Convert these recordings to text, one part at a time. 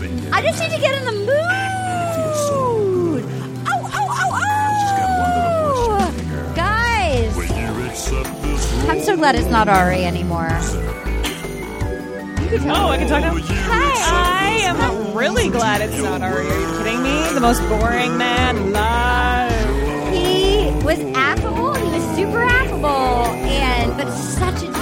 been I just need to get in the Oh, mood. Ow, ow, ow, ow. Guys, When you accept this role, I'm so glad it's not Ari anymore. Oh, I can talk now. Hi, I am really glad it's not Ari. Are you kidding me? The most boring man alive. He was affable. He was super affable, and but such a dick.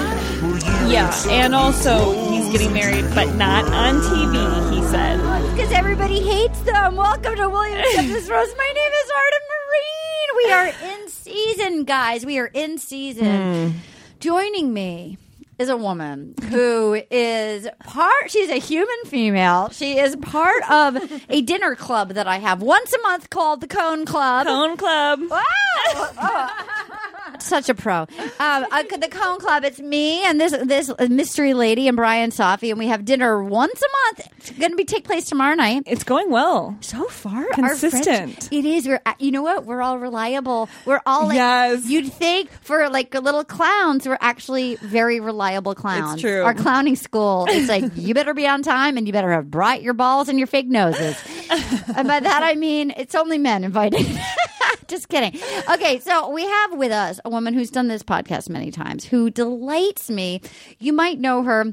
Yeah, and also he's getting married, but not on TV. He said. Because everybody hates them. Welcome to William This Rose. My name is Artem Marine. We are in season, guys. We are in season. Joining me is a woman who is part, she's a human female. She is part of a dinner club that I have once a month called the Cone Club. Cone Club. Such a pro. Um, uh, the Cone Club. It's me and this this mystery lady and Brian Safi, and we have dinner once a month. It's going to be take place tomorrow night. It's going well. So far, our Consistent. friendship- it is. We're uh, you know what? We're all reliable. We're all like, Yes. You'd think for like little clowns, we're actually very reliable clowns. It's true. Our clowning school. It's like you better be on time and you better have bright your balls and your fake noses. and by that I mean it's only men invited. Just kidding. Okay, so we have with us a woman who's done this podcast many times who delights me. You might know her.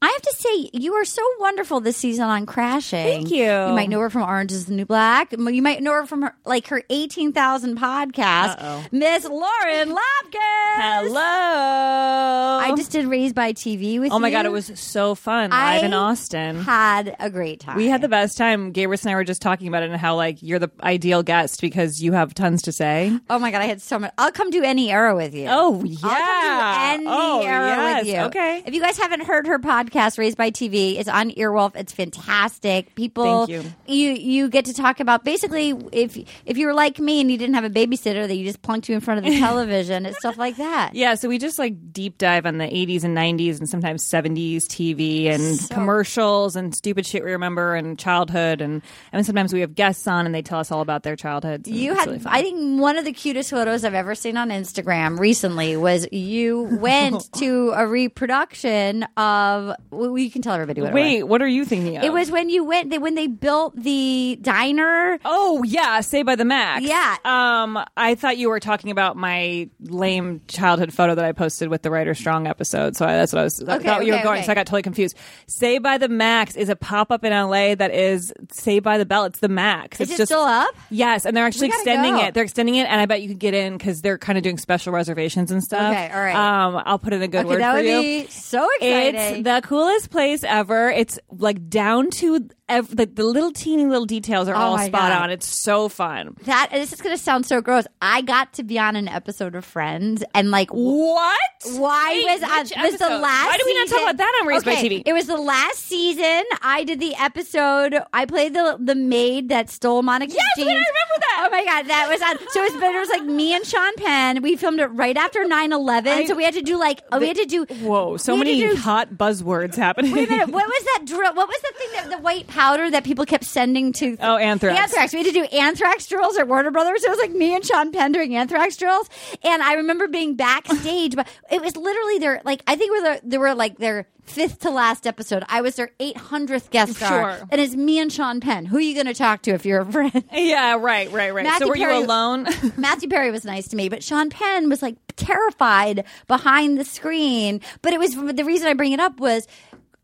I have to say, you are so wonderful this season on Crashing. Thank you. You might know her from Orange is the New Black. You might know her from her, like her 18,000 podcast, Miss Lauren Lapkus. Hello. I I just did Raised by TV with Oh my you. god, it was so fun I live in Austin. Had a great time. we had the best time. Gabrus and I were just talking about it and how like you're the ideal guest because you have tons to say. Oh my god, I had so much. I'll come do any era with you. Oh I'll yeah. come do any oh, era yes. with you. Okay. If you guys haven't heard her podcast, Raised by TV, it's on Earwolf. It's fantastic. People, Thank you you get to talk about basically if if you were like me and you didn't have a babysitter that you just plunked you in front of the television and stuff like that. Yeah, so we just like deep dive on the 80s and 90s and sometimes 70s TV and commercials and stupid shit we remember and childhood and I mean sometimes we have guests on and they tell us all about their childhoods. and You it's had, really fun. I think, one of the cutest photos I've ever seen on Instagram recently was you went to a reproduction of. Well, you can tell everybody what it was. Wait, what are you thinking of? It was when you went they, when they built the diner. Oh yeah, Say by the Max. Yeah. Um, I thought you were talking about my lame childhood photo that I posted with the Writer Strong episode. So I, that's what I was. I Okay, thought you were okay, going. okay. So I got totally confused. Say by the Max is a pop up in LA that is Say by the Bell. It's the Max. Is it's it just still up? Yes, and they're actually We gotta extending go. it. They're extending it, and I bet you could get in because they're kind of doing special reservations and stuff. Okay, all right. Um, I'll put in a good Okay, word that for would you. be so exciting. It's the coolest place ever. It's like down to ev- the, the little teeny little details are all Oh my spot God. on. It's so fun. That this is going to sound so gross. I got to be on an episode of Friends, and like, why What? was I? which Was the episode? last? Why do we not talk season- about that on Raised okay, by TV? It was the last season. I did the episode. I played the the maid that stole Monica's Yes, wait, jeans. I remember that. Oh my god, that was on. So it was, but it was like me and Sean Penn. We filmed it right after 9-11. so we had to do like oh, we had to do. Whoa, so we had to many do hot buzzwords happening. Wait a minute. What was that drill? What was the thing that the white powder that people kept sending to? Oh, anthrax. Anthrax. We had to do anthrax drills at Warner Brothers. It was like me and Sean Penn doing anthrax drills, and I remember being backstage, but it was literally their like I think we were they were like their fifth to last episode. I was their eight hundredth guest star, Sure. and it's me and Sean Penn. Who are you going to talk to if you're a friend? yeah, right, right, right. Matthew so were Perry- you alone? Matthew Perry was nice to me, but Sean Penn was like terrified behind the screen. But it was the reason I bring it up was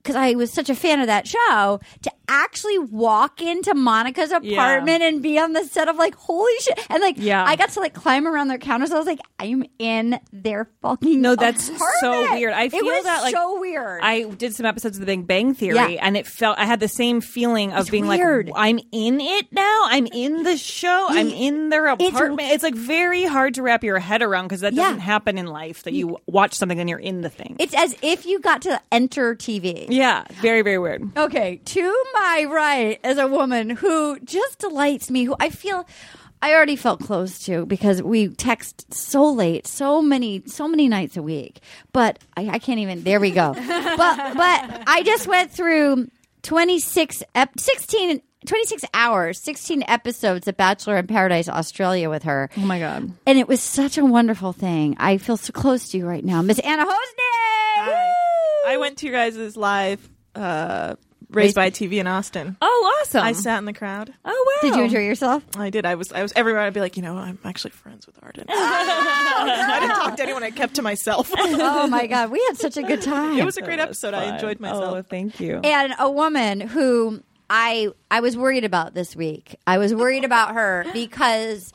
because I was such a fan of that show to actually walk into Monica's apartment and be on the set of like, holy shit. And like, Yeah. I got to like climb around their counters. I was like, I'm in their fucking No, that's apartment. so weird. I feel it was that like so weird. I did some episodes of The Big Bang Theory, Yeah. and it felt I had the same feeling of being weird. like, I'm in it now. I'm in the show. I'm in their apartment. It's, like very hard to wrap your head around because that Yeah. doesn't happen in life that you watch something and you're in the thing. it's as if you got to enter TV. yeah, very very weird. Okay, to my right is a woman who just delights me, who I feel I already felt close to because we text so late, so many, so many nights a week. But I, I can't even. There we go. but but I just went through twenty six, ep, sixteen. 26 hours, 16 episodes of Bachelor in Paradise Australia with her. Oh my God. And it was such a wonderful thing. I feel so close to you right now. Miss Anna Hosnick! I went to your guys' live uh, Raised- raised by TV in Austin. Oh, awesome! I sat in the crowd. Oh wow! Did you enjoy yourself? I did. I was. I was everywhere. I'd be like, you know, I'm actually friends with Arden. I didn't talk to anyone. I kept to myself. it Oh my god, we had such a good time. was a great episode. I enjoyed myself. Oh, thank you. and a woman who I I was worried about this week. I was worried about her because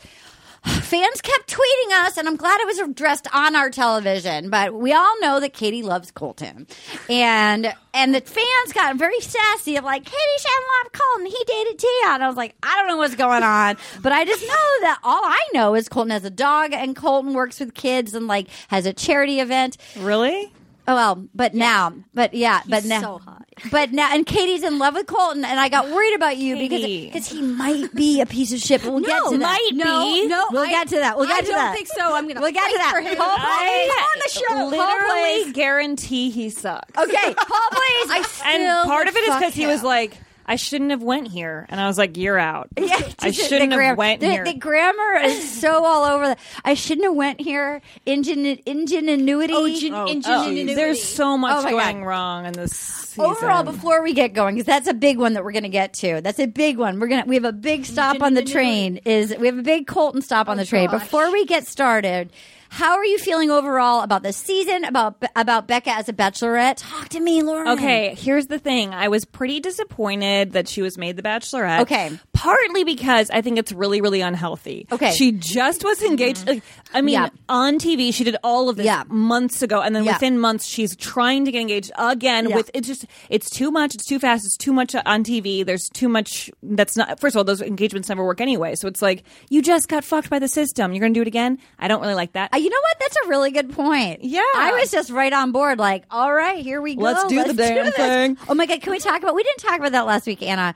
fans kept tweeting us, and I'm glad it was addressed on our television. But we all know that Katie loves Colton, and and the fans got very sassy of like Katie Shanlon Colton. He dated Tia, and I was like, I don't know what's going on, but I just know that all I know is Colton has a dog, and Colton works with kids, and like has a charity event. really? Oh well, but now, but yeah, but now, so hot. but now, and Katie's in love with Colton, and I got worried about you Katie. because because he might be a piece of shit. But we'll get to No, that. might no, be. No, we'll Oh, I- get to that. We'll I get to don't that. think so. I'm gonna We'll get to fight that. for him. Paul, please, I Oh, on the show. Literally Paul, please. guarantee he sucks. Okay, Paul, please. I still and part of it is because because he was like, I shouldn't have went here, and I was like, you're out. Yeah, I just shouldn't the gram- have went the, here. The grammar is so all over. The, I shouldn't have went here. Engine, ingenuity. Oh, gen- Oh, ingenuity. geez. There's so Oh, much my going God. wrong in this season. Overall, before we get going, because that's a big one that we're going to get to. That's a big one. We're gonna we have a big stop on the train. Is we have a big Colton stop Oh, on the train. gosh. Before we get started, how are you feeling overall about this season? About about Becca as a bachelorette? Talk to me, Lauren. Okay, here's the thing. I was pretty disappointed that she was made the bachelorette. Okay. Partly because I think it's really, really unhealthy. Okay. Mm-hmm. She just was engaged. Like, I mean, Yeah. on TV, she did all of this Yeah. months ago. And then Yeah. within months, she's trying to get engaged again Yeah. with it's just, it's too much. It's too fast. It's too much on TV. There's too much. That's not, first of all, those engagements never work anyway. So it's like, you just got fucked by the system. You're going to do it again? I don't really like that. Uh, You know what? That's a really good point. Yeah. I was just right on board. Like, all right, here we go. Let's do the damn this. thing. Oh my god, can we talk about? We didn't talk about that last week, Anna.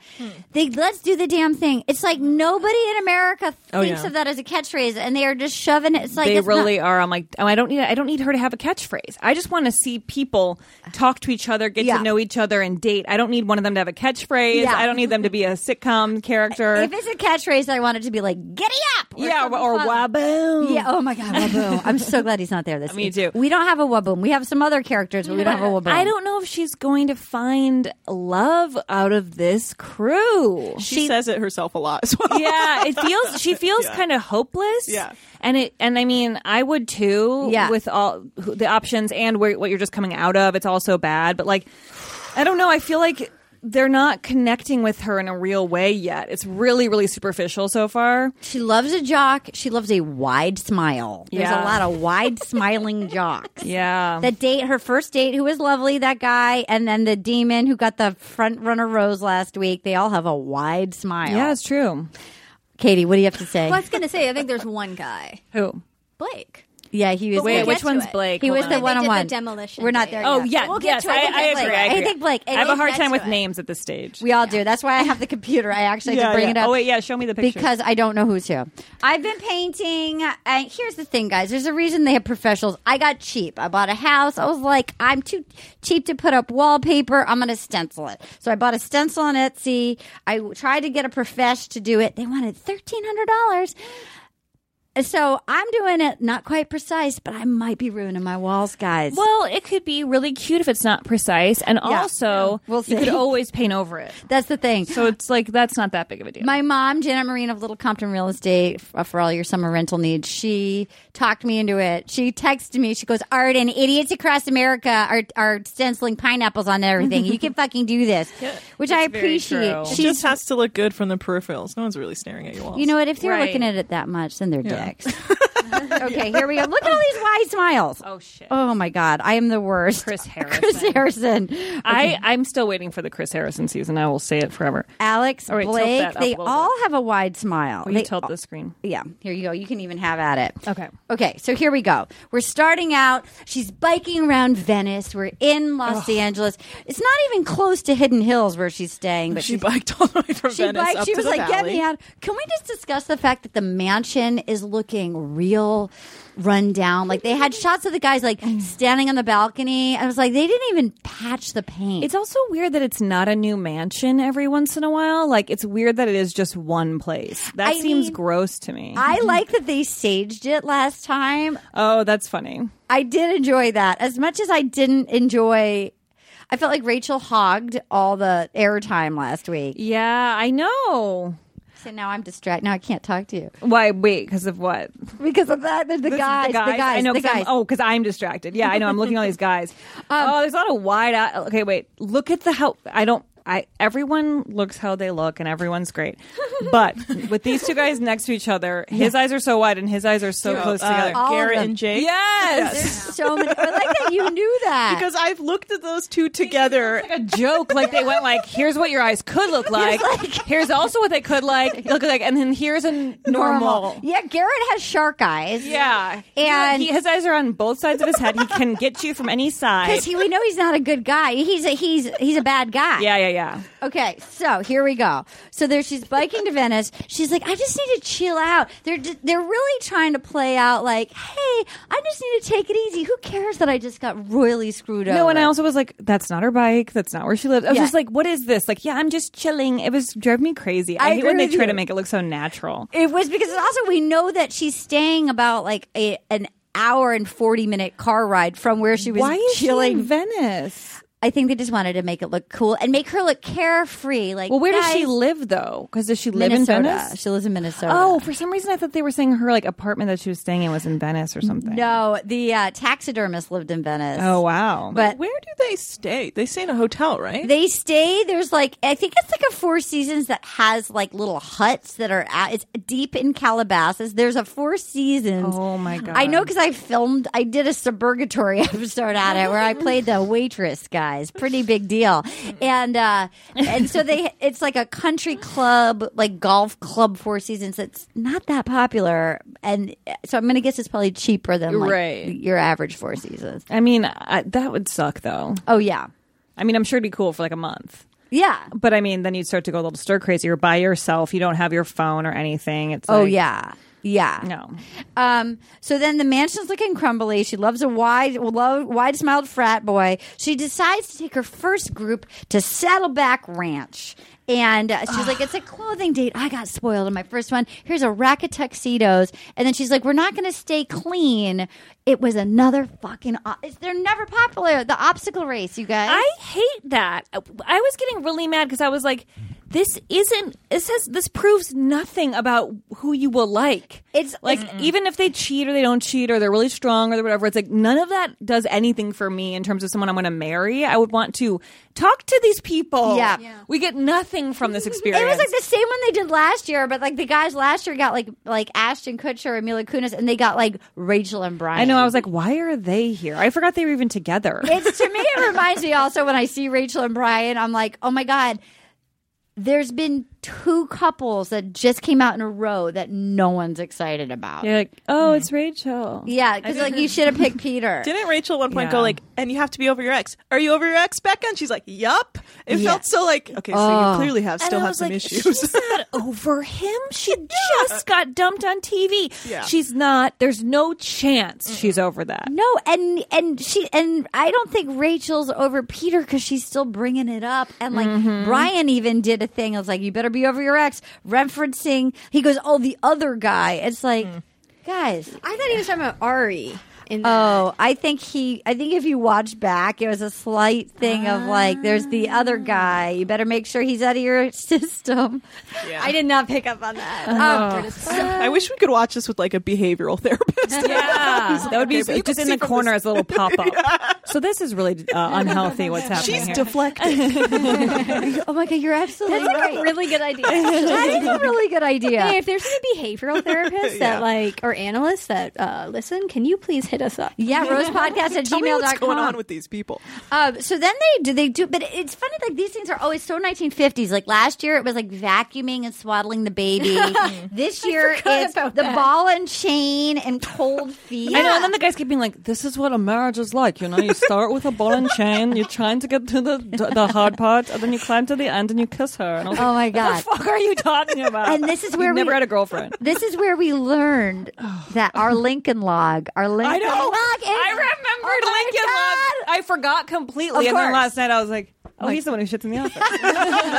They, let's do the damn thing. It's like nobody in America thinks yeah. of that as a catchphrase, and they are just shoving it. It's like Oh, they it's not- really are. I'm like, oh, I don't need. I don't need her to have a catchphrase. I just want to see people talk to each other, get Yeah. to know each other, and date. I don't need one of them to have a catchphrase. Yeah. I don't need them to be a sitcom character. If it's a catchphrase, I want it to be like "Giddy up." Or yeah, something or fun. waboom. Yeah. Oh my God, waboom! I'm so glad he's not there this Me week. too. We don't have a waboom. We have some other characters, but we don't have a waboom. I don't know if she's going to find love out of this crew. She, says it herself a lot as well. yeah, it feels she feels kind of hopeless. Yeah. and it and I mean I would too. Yeah. with all who- the options and where, what you're just coming out of, it's all so bad. But like, I don't know. I feel like they're not connecting with her in a real way yet. It's really really superficial so far. She loves a jock. She loves a wide smile. There's Yeah. a lot of wide smiling jocks. Yeah, The date, her first date, who was lovely, that guy, and then the demon who got the front runner rose last week. They all have a wide smile. yeah, it's true. Katie, what do you have to say? Well, I was gonna say, I think there's one guy, Who? Blake. Yeah, he was. But we'll Wait, get which to one's it. Blake? he Hold was on. the did one on one. the demolition We're not date. there. Oh yet. yeah, We'll yes, get to it. I, We'll get I to it agree. later. I I agree. think Blake- I I have a think hard time that's with it. names at this stage. We all do. That's why I have the computer. I actually have to bring it up. Oh wait, yeah, show me the picture. because I don't know who's who. I've been painting. And here's the thing, guys. There's a reason they have professionals. I got cheap. I bought a house. I was like, I'm too cheap to put up wallpaper. I'm going to stencil it. So I bought a stencil on Etsy. I w- tried to get a profesh to do it. They wanted $1,300. And So I'm doing it not quite precise, but I might be ruining my walls, guys. Well, it could be really cute if it's not precise, and Yeah. also We'll you see. could always paint over it. That's the thing. So it's like that's not that big of a deal. My mom, Janet Marine of Little Compton Real Estate, f- uh, for all your summer rental needs, she talked me into it. She texted me. She goes, Arden, idiots across America are, are stenciling pineapples on everything. You can fucking do this, which I that's very appreciate. true. It She's, just has to look good from the peripherals. No one's really staring at you all. you know what? If they're Right. looking at it that much, then they're Yeah. dicks. okay, here we go. Look at all these wide smiles. oh shit! Oh my God, I am the worst. Chris Harrison. Chris Harrison. I I'm still waiting for the Chris Harrison season. I will say it forever. Alex, All right, Oh, tilt Blake, that up a they little all have a wide smile. Will you They tilt all- the screen? Yeah, here you go. You can even have at it. Okay. Okay, so here we go. We're starting out. She's biking around Venice. We're in Los Angeles. It's not even close to Hidden Hills where she's staying, but she she's- biked all the way from she Venice biked. up She to was the like, "Get valley. me out!" Can we just discuss the fact that the mansion is looking real run down? Like they had shots of the guys like Mm. standing on the balcony. I was like, they didn't even patch the paint. It's also weird that it's not a new mansion every once in a while. Like it's weird that it is just one place. That I seems mean, gross to me. I like that they saged it last time. oh, that's funny. I did enjoy that as much as I didn't enjoy. I felt like Rachel hogged all the airtime last week. Yeah, I know. So now I'm distracted. Now I can't talk to you Why? Wait, because of what? because of that. The, the guys, the guys, I know. the 'cause I'm- guys. Um, oh, because I'm distracted. Yeah, I know. I'm looking at all these guys. oh, there's a lot of wide. Eye. Okay, wait. Look at the how. I don't. I everyone looks how they look, and everyone's great. But with these two guys next to each other, his eyes are so wide, and his eyes are so close together. all of Garrett them. and Jake. yes. There's so many. I like that you knew that Because I've looked at those two together. a joke. Like they went like, here's what your eyes could look like. Here's also what they could like look like, and then here's a n- normal. Yeah, Garrett has shark eyes. Yeah, And- he, his eyes are on both sides of his head. He can get you from any side. Because he, we know he's not a good guy. He's a he's he's a bad guy. yeah, yeah, yeah. Okay, so here we go. So there, she's biking to Venice. She's like, I just need to chill out. They're ju- they're really trying to play out like, hey, I just need to take it easy. Who cares that I just got royally screwed up? over? No, and I also was like, that's not her bike. That's not where she lives. I was Yeah. just like, what is this? Like, yeah, I'm just chilling. It was drove me crazy. I I, hate agree when they with try you. to make it look so natural. It was because also we know that she's staying about like a, an hour and forty minute car ride from where she was Why is chilling. she in Venice? I think they just wanted to make it look cool and make her look carefree. Like, Well, where does she guys, live though? Because does she live Minnesota. in Venice? She lives in Minnesota. Oh, for some reason I thought they were saying her like apartment that she was staying in was in Venice or something. no, the uh, taxidermist lived in Venice. Oh wow. but Where do they stay? They stay in a hotel, right? they stay. There's like I think it's like a Four Seasons that has like little huts that are at, it's deep in Calabasas. There's a Four Seasons. Oh my god. I know because I filmed, I did a suburgatory episode on it where I played the waitress, guys. Pretty big deal. And, uh, and so they, it's like a country club, like golf club Four Seasons that's not that popular. And uh, so I'm going to guess it's probably cheaper than like Right. your average Four Seasons. I mean, I, that would suck though. Oh, yeah. I mean, I'm sure it'd be cool for like a month. Yeah. But I mean, then you'd start to go a little stir crazy. You're by yourself. You don't have your phone or anything. It's Oh, like, yeah. Yeah. No. Um, so then the mansion's looking crumbly. She loves a wide, lo- wide-smiled frat boy. She decides to take her first group to Saddleback Ranch. And uh, she's like, it's a clothing date. I got spoiled on my first one. Here's a rack of tuxedos. And then she's like, we're not going to stay clean. It was another fucking. o- it's- they're never popular. The obstacle race, you guys. I hate that. I was getting really mad because I was like, this isn't. This says this proves nothing about who you will like. It's- like even if they cheat or they don't cheat or they're really strong or they're whatever. It's like none of that does anything for me in terms of someone I'm going to marry. I would want to talk to these people. Yeah. Yeah. we get nothing from this experience. It was like the same one they did last year, but like the guys last year got like like Ashton Kutcher and Mila Kunis, and they got like Rachel and Brian. I know. I was like, why are they here? I forgot they were even together. it's to me it reminds me also when i see rachel and brian i'm like oh my god there's been two couples that just came out in a row that no one's excited about You're like, oh, it's Rachel. yeah because like you should have picked peter Didn't Rachel at one point Yeah. go like, "And you have to be over your ex"? Are you over your ex, Becca? And she's like, "Yup." It Yeah. felt so like, okay, so you clearly have still and I have was some like, issues. She's uh, not over him. She just got dumped on TV. Yeah. She's not. There's no chance she's over that. no and and she and i don't think rachel's over peter because she's still bringing it up and like brian even did a thing i was like you better be over your ex referencing he goes oh the other guy it's like guys I thought he was talking about Ari. In the, Oh, I think he. I think if you watch back, it was a slight thing of like, there's the other guy. You better make sure he's out of your system. Yeah. I did not pick up on that. Oh. Um, I wish we could watch this with like a behavioral therapist. Yeah, that would be Okay, but you just can in see the from corner this- as a little pop up. So this is really uh, unhealthy. What's happening She's here? deflecting. Oh my god, you're absolutely That's like right. a really good idea. that is a really good Hey, idea. if there's any behavioral therapists Yeah. that like or analysts that uh, listen, can you please hit us up? Yeah, rosepodcast at Tell me gmail.com. what's going on with these people? Um, so then they do they do, but it's funny. Like these things are always so 1950s. Like last year, it was like vacuuming and swaddling the baby. this year, forgot it's the about that. ball and chain and cold feet. I know, and then the guys keep being like, "This is what a marriage is like, you know. You start with a ball and chain, you're trying to get to the the hard part, and then you climb to the end and you kiss her." And I was like, Oh my "What god! the fuck are you talking about?" And this is where You've we- never had a girlfriend. This is where we learned that our Lincoln log, our Lincoln I know. log, is- I Oh remembered my Lincoln God. Log. I forgot completely. Of and then course. last night I was like, oh, he's the one who shits in the office. You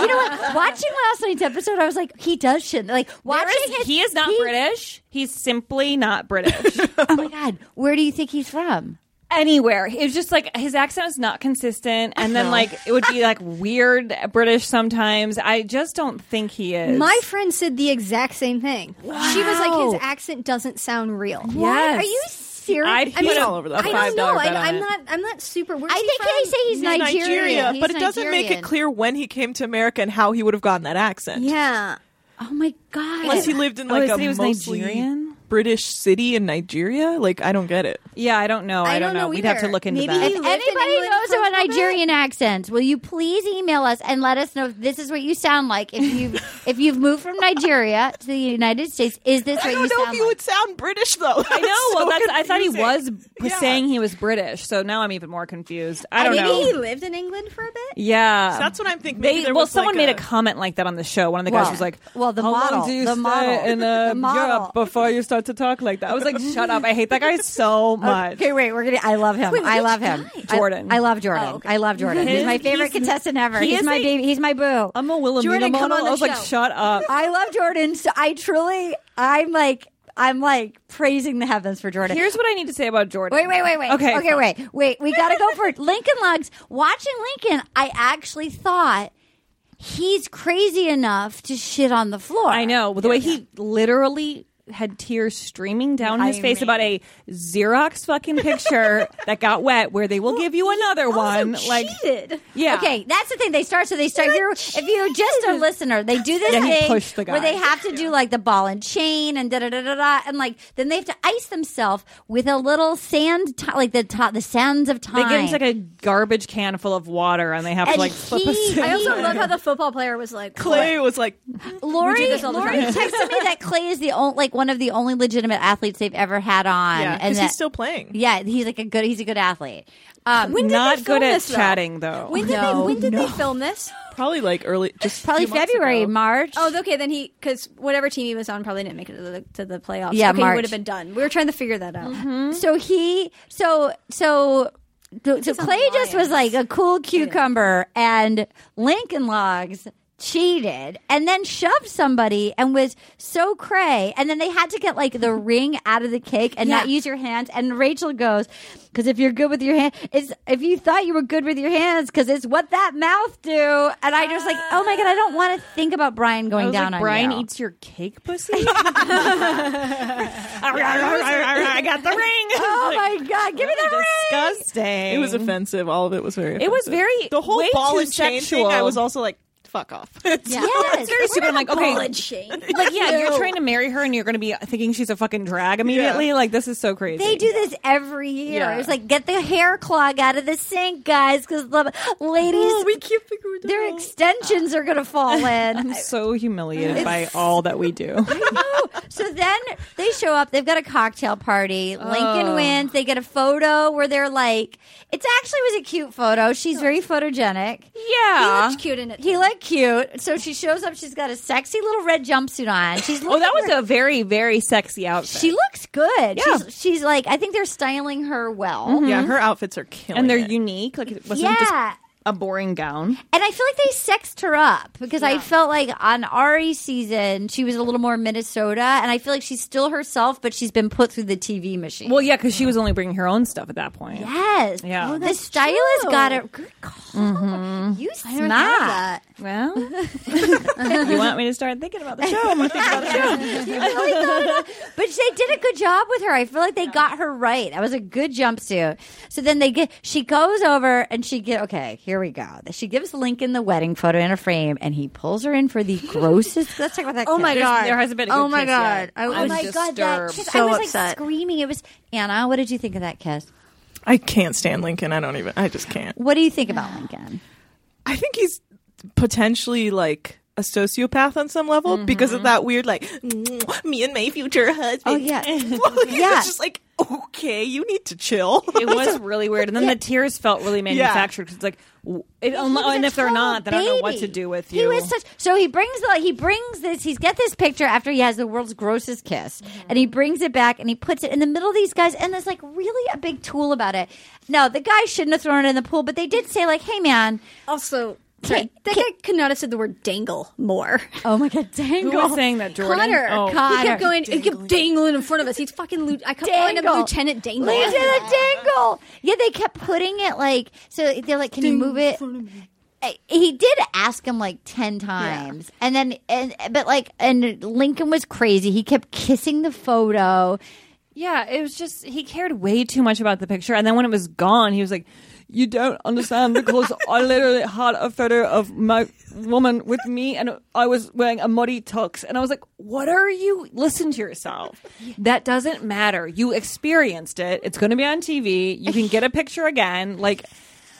know what? Watching last night's episode, I was like, he does shit. Like watching his, he is not British. He's simply not British. Oh my god, where do you think he's from? anywhere. It was just like his accent was not consistent, and then like it would be like weird British sometimes. I just don't think he is. My friend said the exact same thing. She was like, Wow. his accent doesn't sound real. What? Yes. Are you serious? I'd I mean, put all over that. I $5 don't know. bet I'm, on I'm it. not. I'm not super. Where's I he think they from? say he's Nigerian. He's but it doesn't make it Nigerian. clear when he came to America and how he would have gotten that accent. Yeah. Oh my god! Unless he lived in Oh, like he a said he was mostly Nigerian? British city in Nigeria. Like I don't get it. Yeah, I don't know. I, don't, know. We'd have to either. look into Maybe that. he If lived in anybody England knows for a of a little bit? Nigerian accent, will you please email us and let us know if this is what you sound like if you if you've moved from Nigeria to the United States? Is this I what you don't know sound if like? you would sound British though. I know. well, that's. I thought he was p- Yeah. saying he was British, so now I'm even more confused. I don't Maybe know. he lived in England for a bit. yeah, That's what I'm thinking. Maybe They, there well, was, someone like, made a comment like that on the show. One of the guys Well, was like, well, the "How long model, do you the stay model, in uh, the model." Europe before you start to talk like that?" I was like, "Shut up! I hate that guy so much." Okay, wait. We're gonna. I love him. I which love him. guy? I- Jordan. I, love Jordan. Oh, I love Jordan. He's my favorite contestant ever. he he's is my a- baby. He's my boo. I'm a Wilhelmina Jordan, come model. on the I was like, show. "Shut up!" I love Jordan. So I truly. I'm like. I'm like praising the heavens for Jordan. Here's what I need to say about Jordan. Wait, wait, wait, wait. Okay, okay, fine. wait, wait. We gotta go for Lincoln Logs. Watching Lincoln, I actually thought he's crazy enough to shit on the floor. I know the way he literally had tears streaming down his I face mean- about a Xerox fucking picture that got wet, where they will give you another one. Like, cheated. yeah, Okay, that's the thing. They start, so they start. If you're, if you're just a listener, they do this Yeah, he pushed the thing guy. where they have to do like the ball and chain and da da da da da, and like then they have to ice themselves with a little sand, ti- like the to- the sands of They time. get into like a garbage can full of water, and they have And to like flip a he- switch. I also love how the football player was like Clay was like, Lori, this all the Lori time. texted me that Clay is the only, like one of the only legitimate athletes they've ever had on, yeah, and because that, he's still playing. yeah, he's like a good, he's a good athlete. Um, When did they Not film good at this, though? chatting though. When did No, they, when did they film this? Probably like early, just probably few months February, ago. March. Oh, okay. Then he because whatever team he was on probably didn't make it to the, to the playoffs. Mm-hmm. Yeah, okay, he March. would have been done. We were trying to figure that out. so he, so so. So so on Clay the just was like Lions. a cool cucumber, and Lincoln Logs cheated, and then shoved somebody, and was so cray. And then they had to get like the ring out of the cake and not Yeah. use your hands. And Rachel goes, "Because if you're good with your hand, it's if you thought you were good with your hands, because it's what that mouth do." And I just like, oh my god, I don't want to think about Brian I going was down like, on Brian you. eats your cake, pussy. I got the ring. Oh Like, my god, give me that ring! disgusting. It was offensive. All of it was very. It was offensive. very- the whole way ball too and chain thing. sexual. I was also like, fuck off. It's Yeah. like, Yes. It's very stupid. I'm like, okay, Ball and chain. like yeah, you're trying to marry her and you're going to be thinking she's a fucking drag immediately. Like this is so crazy. They do this every year. Yeah. It's like get the hair clog out of the sink, guys, because the ladies, can't figure it their extensions are gonna fall in. So humiliated by all that we do. so then they show up. They've got a cocktail party. Oh. Lincoln wins. They get a photo where they're like, it's actually was a cute photo. She's very photogenic. He yeah. looked cute in it. He looked cute. So she shows up. She's got a sexy little red jumpsuit on. She's Oh, that was a very very sexy outfit. she looks good. Yeah. Mm-hmm. She's, she's like, I think they're styling her well. Yeah, her outfits are killing. and they're it. unique. Like it wasn't just Yeah. a boring gown. And I feel like they sexed her up because I felt like on Ari's season she was a little more Minnesota, and I feel like she's still herself, but she's been put through the TV machine. Well, yeah, because she was only bringing her own stuff at that point. yes, Yeah. Oh, the stylist true. got it. Good call. You Mm-hmm. I never heard of smart. that. Well, Oh you want me to start thinking about the show? I'm going to think about the show. But they did a good job with her. I feel like they got her right. That was a good jumpsuit. So then they get she goes over and she get okay, here we go. She gives Lincoln the wedding photo in a frame and he pulls her in for the grossest let's talk about that. Oh my kiss. god! there hasn't been a oh good my kiss god! yet. I Oh was Oh my god, that disturbed. kiss. I So was like upset. screaming. It was Anna, what did you think of that kiss? I can't stand Lincoln. I don't even. I just can't. What do you think about Lincoln? I think he's potentially like a sociopath on some level because of that weird like me and my future husband. Oh, yeah. Yeah. yeah. It's just like okay, you need to chill. It was really weird, and then the tears felt really manufactured because it's like, w- it, He was and a if they're total not, then I don't know what to baby. do with you. He was such so he brings the he brings this he's get this picture after he has the world's grossest kiss Mm-hmm. and he brings it back and he puts it in the middle of these guys and there's like really a big tool about it. No, the guy shouldn't have thrown it in the pool, but they did say like, "Hey man, Also, Sorry, I think I could not have said the word dangle more. Oh my god, Who dangle. was saying that, Jordan? Connor, Oh. he Connor. kept going, he kept dangling in front of us. He's fucking. Lu- I kept calling him Dangle. Lieutenant Dangle. Lieutenant Dangle. Yeah, they kept putting it like so. They're like, "Can you move it?" Uh, He did ask him like ten times, and then and but like and Lincoln was crazy. He kept kissing the photo. Yeah, it was just he cared way too much about the picture, and then when it was gone, he was like, "You don't understand because I literally had a photo of my woman with me, and I was wearing a muddy tux." And I was like, "What are you? Listen to yourself. That doesn't matter. You experienced it. It's going to be on TV. You can get a picture again. Like."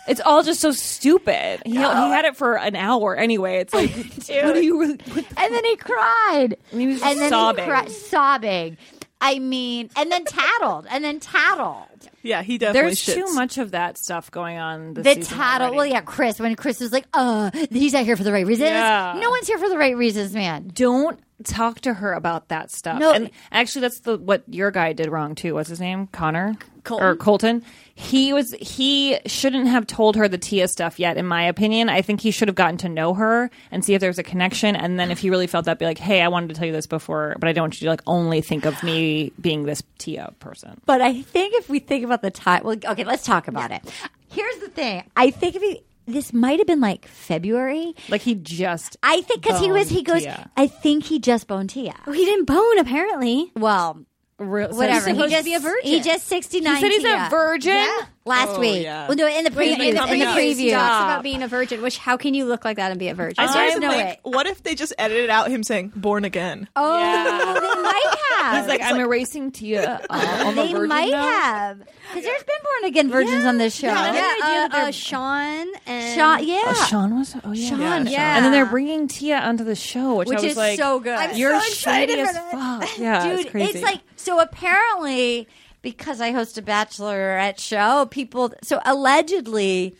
It's all just so stupid. He, he had it for an hour anyway. It's like, what do you? Really, what the- And then he cried. And he was And then sobbing. he cried, sobbing. I mean, and then tattled, and then tattled. Yeah, he definitely There's shits. too much of that stuff going on. This The season tattle. already. Well, yeah, Chris. When Chris was like, "Uh, he's not here for the right reasons." Yeah. No one's here for the right reasons, man. don't talk to her about that stuff. No. And actually that's the what your guy did wrong too. What's his name? Connor Colton. or Colton. He was he shouldn't have told her the Tia stuff yet in my opinion. I think he should have gotten to know her and see if there was a connection and then if he really felt that be like, "Hey, I wanted to tell you this before, but I don't want you to like only think of me being this Tia person." But I think if we think about the time, well, okay, let's talk about it. Here's the thing. I think if he, this might have been like February. Like he just I think because he was, he Boned goes. Tia. I think he just boned Tia. Well, he didn't bone apparently. Well, re- said- whatever. supposed he to just be a virgin. He just sixty nine. He said he's a virgin? Last Oh, week. yeah. Well, no, in the He- preview. he- In the he preview. talks about being a virgin. Which how can you look like that and be a virgin? I started I to know think, it. what if they just edited out him saying "born again"? Oh, Yeah. they might have. He's like, I'm erasing Tia. Uh, on the they virgin might now." have because there's been born again virgins on this show. Um, Yeah, Yeah, yeah, uh, uh, Sean and Sean, yeah. Oh, Sean was. Oh yeah. Sean, Yeah, Sean. Yeah. And then they're bringing Tia onto the show, which, I which was is like, so good. You're so shady excited as for that. fuck. Yeah, dude, it's crazy. like so. Apparently, because I host a bachelorette show, people so allegedly.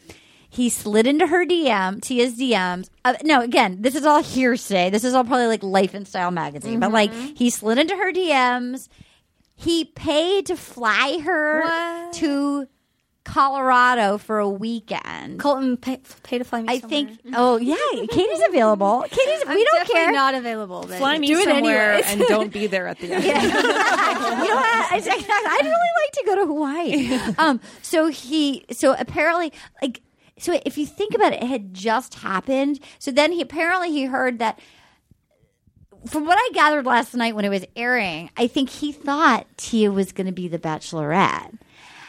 He slid into her DM, Tia's DMs. Uh, no, again, this is all hearsay. This is all probably like Life and Style magazine, but like Mm-hmm. he slid into her DMs. He paid to fly her to Colorado for a weekend. Colton pay, pay to fly me. I somewhere. think. Oh yeah, Katie's available. Katie's. I'm we don't definitely care. Not available. But fly me do it somewhere anyways. and don't be there at the end. you know what? I, would really like to go to Hawaii. Um, so he, so apparently, like, so if you think about it, it had just happened. So then he apparently he heard that. From what I gathered last night when it was airing, I think he thought Tia was going to be the Bachelorette,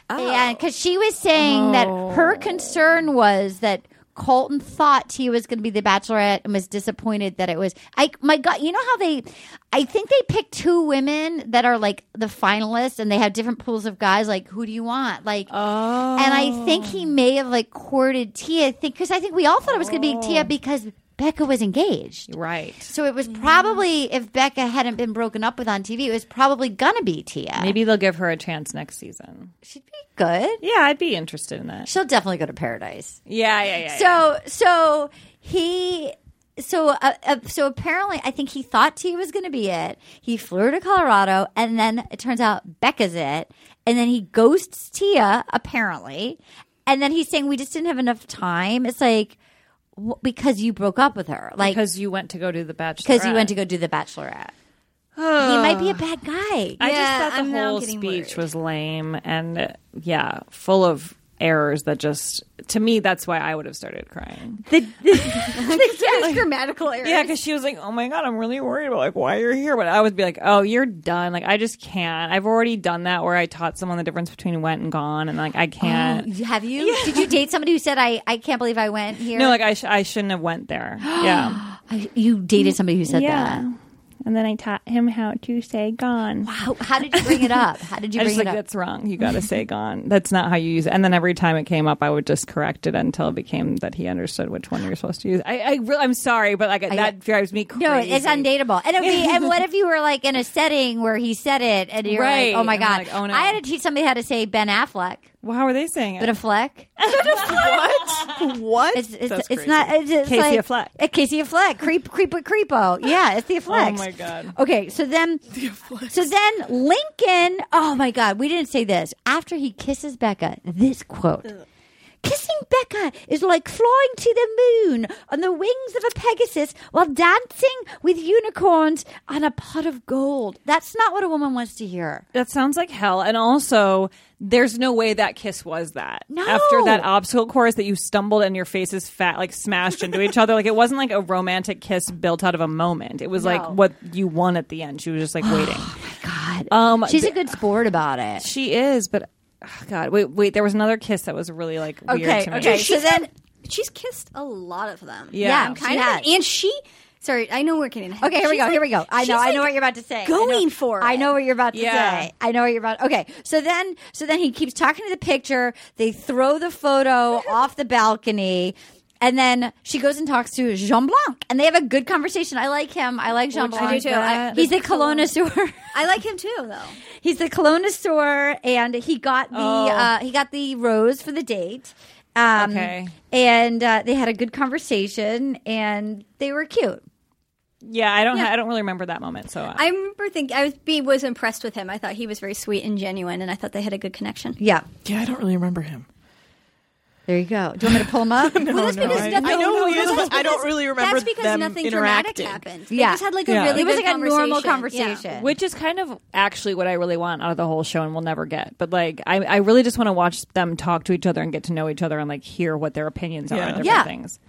and because she was saying that her concern was that. Colton thought Tia was going to be the Bachelorette and was disappointed that it was. I my God, you know how they? I think they picked two women that are like the finalists, and they have different pools of guys. Like, who do you want? Like, and I think he may have like courted Tia, because I think we all thought it was going to be Tia because Becca was engaged. Right. So it was probably if Becca hadn't been broken up with on TV, it was probably gonna be Tia. Maybe they'll give her a chance next season. she'd be good. Yeah, I'd be interested in that. She'll definitely go to Paradise. Yeah, yeah, yeah. yeah. So so he so uh, uh, so apparently I think he thought T was going to be it. He flew her to Colorado and then it turns out Becca's it and then he ghosts Tia apparently. And then he's saying we just didn't have enough time. It's like w- because you broke up with her. Like because you went to go do the Bachelor. because you went to go do the bachelorette. he might be a bad guy. I just Yeah, thought the I'm now whole getting speech worried. was lame and uh, yeah, full of errors that just to me that's why I would have started crying. There's grammatical errors. Yeah, because she was like, "Oh my god, I'm really worried about like why you're here." But I would be like, "Oh, you're done. Like I just can't. I've already done that where I taught someone the difference between went and gone, and like I can't. You- Mm, Have you? Did you date somebody who said I, I can't believe I went here? no, like I sh- I shouldn't have went there. Yeah, I, you dated somebody who said that. And then I taught him how to say gone. How, how did you bring it up? How did you I bring just it like up? that's wrong. You gotta say gone. That's not how you use it. And then every time it came up, I would just correct it until it became that he understood which one you're supposed to use. I, I really, I'm sorry, but like that drives me crazy. No, it's undateable. And, if we, and what if you were like in a setting where he said it and you're Right. like, oh my And God. I'm like, oh, no. I had to teach somebody how to say Ben Affleck. Well, how are they saying it? Ben Affleck. What? It's, it's, That's it's crazy. not. It's, it's Casey like, Affleck. Uh, Casey Affleck. Creep, creep, with creepo. Yeah, it's the Affleck. Oh my God. Okay, so then, so then Lincoln. Oh my God, we didn't say this. After he kisses Becca, this quote. Kissing Becca is like flying to the moon on the wings of a Pegasus while dancing with unicorns on a pot of gold. That's not what a woman wants to hear. That sounds like hell. And also, there's no way that kiss was that. No. After that obstacle course that you stumbled and your faces fat like smashed into each other. Like it wasn't like a romantic kiss built out of a moment. It was like what you won at the end. She was just like waiting. God. Um, She's a good sport about it. she is, but oh, God, wait, wait. There was another kiss that was really like weird Okay, to me. okay. She's So then- had- she's kissed a lot of them. Yeah. I'm she kind has. of, and she. Sorry, I know we're getting. ahead. Okay, here we She's go. like- here we go. I she's know. I know like what you're about to say. I know- Going for it. I know what you're about to Yeah. say. I know what you're about. Okay, so then, so then he keeps talking to the picture. They throw the photo off the balcony, and then she goes and talks to Jean Blanc, and they have a good conversation. I like him. I like Jean Which Blanc. I do too. I- He's a colonosaur. I like him too, though. He's the colonosaur, and he got the Oh. uh, he got the rose for the date. Um, Okay. And uh, they had a good conversation, and they were cute. Yeah, I don't. I don't really remember that moment. So uh, I remember thinking I was, be, was impressed with him. I thought he was very sweet and genuine, and I thought they had a good connection. Yeah. Yeah, I don't really remember him. There you go. Do you want me to pull him up? Well, that's because I, nothing- I know no, who he no, is, that's but I because- don't really remember That's because them nothing dramatic interacting. happened. Yeah. they just had like a Yeah. really it was good like a normal conversation. Yeah. conversation. which is kind of actually what I really want out of the whole show, and we'll never get. But like, I, I really just want to watch them talk to each other and get to know each other and like hear what their opinions are on Yeah. different Yeah. things.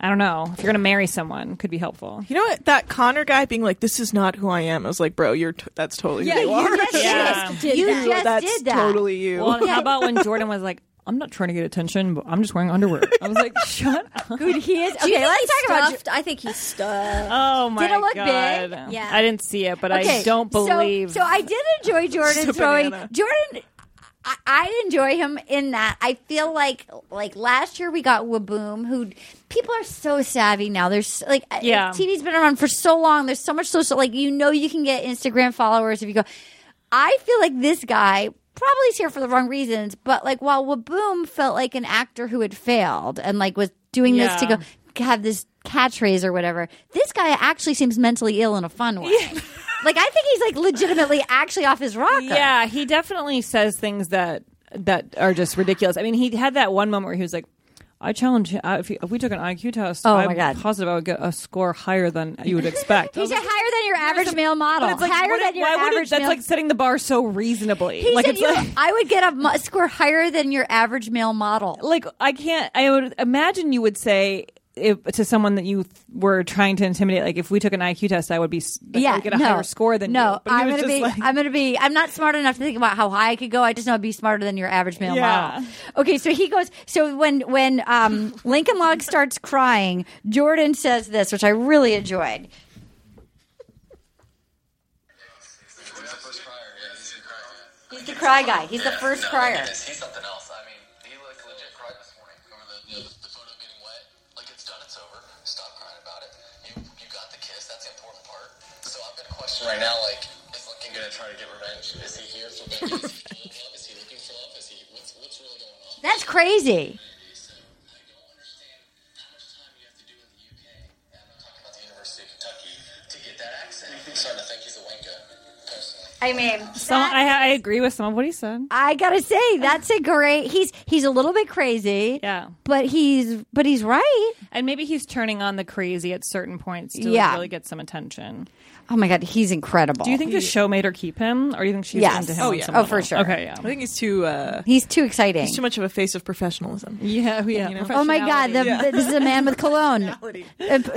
I don't know if you're gonna marry someone, could be helpful. You know what? That Connor guy being like, "This is not who I am." I was like, "Bro, you're t- that's totally who you are." you just, Yeah. just Did you that. just that's did that. totally you. Well, and how about when Jordan was like, "I'm not trying to get attention, but I'm just wearing underwear." I was like, "Shut up!" Dude, he is. Do Okay, you think let's he's talk about. stuffed? I think he's stuffed. Oh my it look god! big? Yeah. I didn't see it, but Okay, I don't so- believe. So, I did enjoy Jordan Just a throwing. banana. Jordan, I, I enjoy him in that. I feel like like last year we got Waboom, who people are so savvy now. There's like uh, Yeah. TV's been around for so long. There's so much social. Like you know, you can get Instagram followers if you go. I feel like this guy. Probably is here for the wrong reasons, but like while Waboom felt like an actor who had failed and like was doing this to Yeah. go have this catchphrase or whatever, this guy actually seems mentally ill in a fun way. Like I think he's like legitimately actually off his rocker. Yeah, he definitely says things that that are just ridiculous. I mean, he had that one moment where he was like, "I challenge uh, if, you- if we took an IQ test, Oh, I'm my God. positive I would get a score higher than you would expect." I He's was a like, higher than your average a- male model. but it's like, higher what- than your why wouldn't- average That's male. like setting the bar so reasonably. he like said, it's you, like, I would get a mu- score higher than your average male model. like I can't. I would imagine you would say. If, to someone that you th- were trying to intimidate, like if we took an IQ test, I would be s- like, I yeah, would get a no, higher score than no. you. But he I'm was gonna just be. like- I'm gonna be. I'm not smart enough to think about how high I could go. I just know I'd be smarter than your average male Yeah. model. Okay, so he goes. So when when um, Lincoln Log starts crying, Jordan says this, which I really enjoyed. He's the cry guy. He's the first crier. He's something else. I mean, he like legit cried this morning. Remember the, you know, the photo getting wet? Like it's done, it's over. Stop crying about it. You you got the kiss. That's the important part. So I've got a question right now. Like, is Lincoln gonna try to get revenge? Is he here for Becca? Is he full of love? Is he looking for love? Is he what's what's really going on? That's crazy. So I don't understand how much time you have to do in the UK. And I'm not talking about the University of Kentucky to get that accent. I'm starting to think he's a wanker, personally. I mean, Some- I, I agree with some of what he said. I gotta say that's a great. He's he's a little bit crazy. Yeah. but he's but he's right. And maybe he's turning on the crazy at certain points to like, Yeah. really get some attention. Oh my god, he's incredible. Do you think the show made her keep him, or do you think she's Yes. into him? Oh, on yeah. some Oh, level? for sure. Okay, yeah, I think he's too uh, he's too exciting? too much of a face of professionalism. yeah, yeah. You know? oh my god, the, this is a man with cologne. Uh,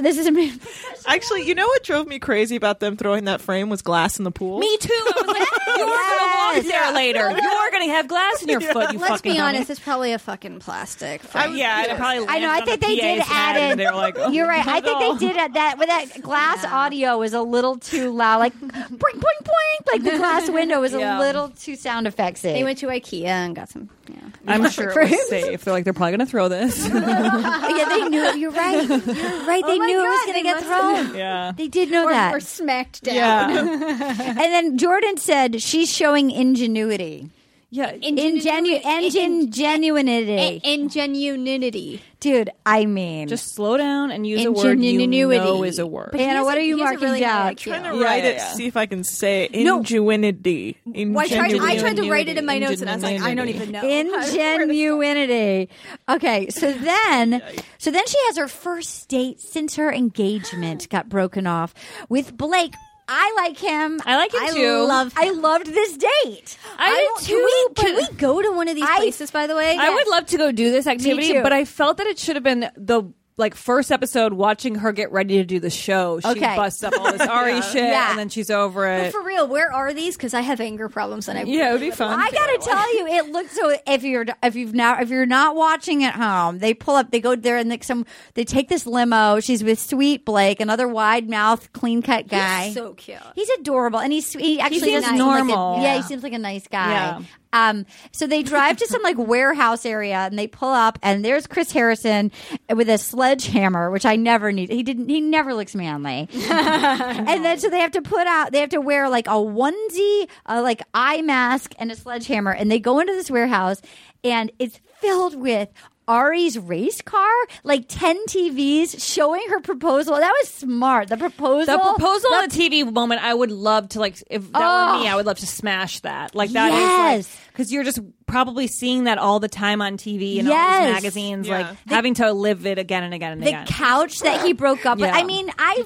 this is a man. Actually, you know what drove me crazy about them throwing that frame was glass in the pool. Me too. I was like, you're gonna walk Yes. there later. You're gonna have glass in your foot. You Let's fucking be dummy. honest, it's probably a fucking plastic. I frame. was- Yeah, and it probably. I know. I landed on think the they did PA's head, add and They in. were like, oh, You're right. I think no. they did add that with that glass audio was a little too loud. Like boing boing boing. Like the glass window was Yeah. a little too sound effectsy. They went to IKEA and got some. Yeah. I'm sure it was safe. They're like, they're probably gonna throw this. yeah, they knew. You're right. You're right. They Oh my knew it was God, going they to get must have- thrown. yeah. They did know Or, that. or smacked down. Yeah. And then Jordan said she's showing ingenuity. Yeah. Ingenu- ingenuity. Ingenuity. Dude, I mean. just slow down and use a word you Ingenuity. know is a word. But Anna, here's what a- are you here's a marking really down? good I'm idea. trying Yeah, to write yeah, it. yeah. See if I can say it. No. ingenuity. Well, I, tried, I Ingenuity. tried to write it in my notes, and I was like, I don't Ingenuity. even know. Ingenuity. Okay, so then, so then she has her first date since her engagement got broken off with Blake. I like him. I like him too. Love. I loved this date. I did don't- too, Can we, but- can we Go to one of these I- places, by the way. I would love to go do this activity, too. but I felt that it should have been the like first episode watching her get ready to do the show. She Okay. busts up all this Ari shit Yeah. and then she's over But it. for real, where are these? Because I have anger problems, and I Yeah, it would be fun. I gotta tell you, it looks so. If you're if you've now if you're not watching at home, they pull up, they go there, and like some they take this limo. She's with Sweet Blake, another wide mouth, clean cut guy. so cute. He's adorable, and he's he actually seems doesn't seem like a- normal. yeah, he seems like a nice guy. Yeah. Um, so they drive to some like warehouse area, and they pull up, and there's Chris Harrison with a sledgehammer, which I never need. He didn't. He never looks manly. And then so they have to put out, they have to wear like a onesie, a like eye mask, and a sledgehammer. And they go into this warehouse and it's filled with Ari's race car, like 10 TVs showing her proposal. That was smart. The proposal. the proposal on the TV moment, I would love to like. If that were me, I would love to smash that. Like that is Oh. Yes. because you're just probably seeing that all the time on TV and all Yes. these magazines. Yeah. Like having to live it again and again and the again. couch that he broke up with. Yeah. I mean, I feel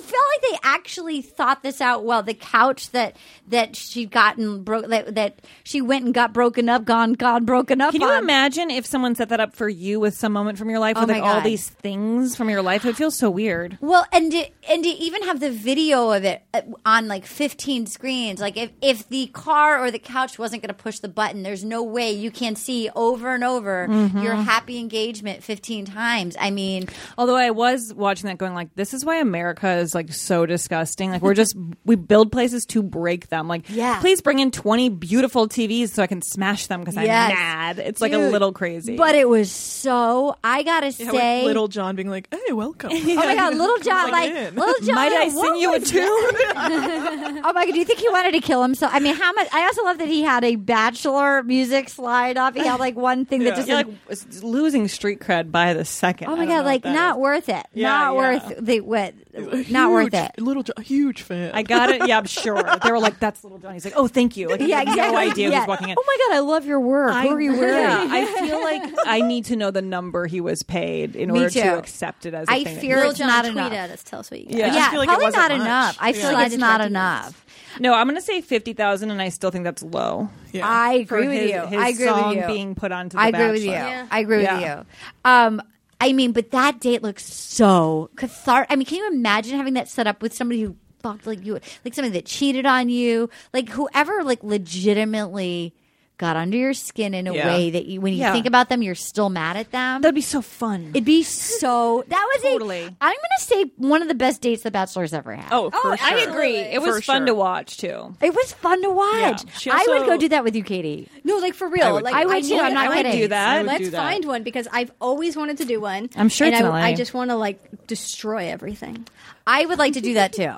like they actually thought this out well. The couch that that she'd gotten broke that, that she went and got broken up, gone, gone, broken up Can you on. imagine if someone set that up for you with some moment from your life with Oh my like all God. these things from your life? It feels so weird. Well, and to, and to even have the video of it uh, on like 15 screens, like if, if the car or the couch wasn't going to push the button, there's no way you can see over and over Mm-hmm. your happy engagement 15 times. I mean, Although I was watching that going like this is why America is like so disgusting. Like we're just we build places to break them. Like Yeah. please bring in 20 beautiful TVs so I can smash them cuz Yes. I'm mad. It's like a dude, little crazy. But it was so, I got to Yeah, with say. little John being like, "Hey, welcome." Oh my god, little John! Like, Like in. little John. might I what sing you a was- tune? Oh my god, do you think he wanted to kill himself? I mean, how much? I also love that he had a bachelor music slide off. He had like one thing that just You're like s- losing street cred by the second. Oh I my don't know god! what Like that not is. worth it. Yeah, not yeah. worth the what? Not worth Huge- it. Little John, huge fan. I got it. Yeah, I'm sure. They were like, "That's little John." He's like, "Oh, thank you." Like, he Yeah, had exactly. No idea yeah. who's walking in. Oh my god! I love your work. Who are you wearing? Yeah, I feel like I need to know the number he was paid in Me order too. to accept it as. a I thing fear- that he- Little It's John, not tweet enough. at us. Tell us what you got. Yeah. Yeah, just feel like it probably wasn't not much. enough. I feel Yeah. like it's not Slide enough. No, I'm going to say fifty thousand, and I still think that's low. Yeah. I For agree with his- you. his I agree song with you. being put onto The I agree with you. Bachelor. I agree Yeah. with you. Um, I mean, but that date looks so cathartic. I mean, can you imagine having that set up with somebody who fucked like you, like somebody that cheated on you, like whoever, like legitimately got under your skin in a Yeah. way that you, when you Yeah. think about them, you're still mad at them. That'd be so fun. It'd be so. That was Totally. A, I'm going to say one of the best dates the Bachelor's ever had. oh, for sure. I agree. absolutely. It was For fun sure. to watch too. It was fun to watch. Yeah. She I would also- go do that with you, Katie. No, like for real. would like do that. I would too, need- I'm not I would kidding. do I would Let's do that. Um, find one because I've always wanted to do one. I'm sure and it's I, in LA. I just want to like destroy everything. I would like to do that too.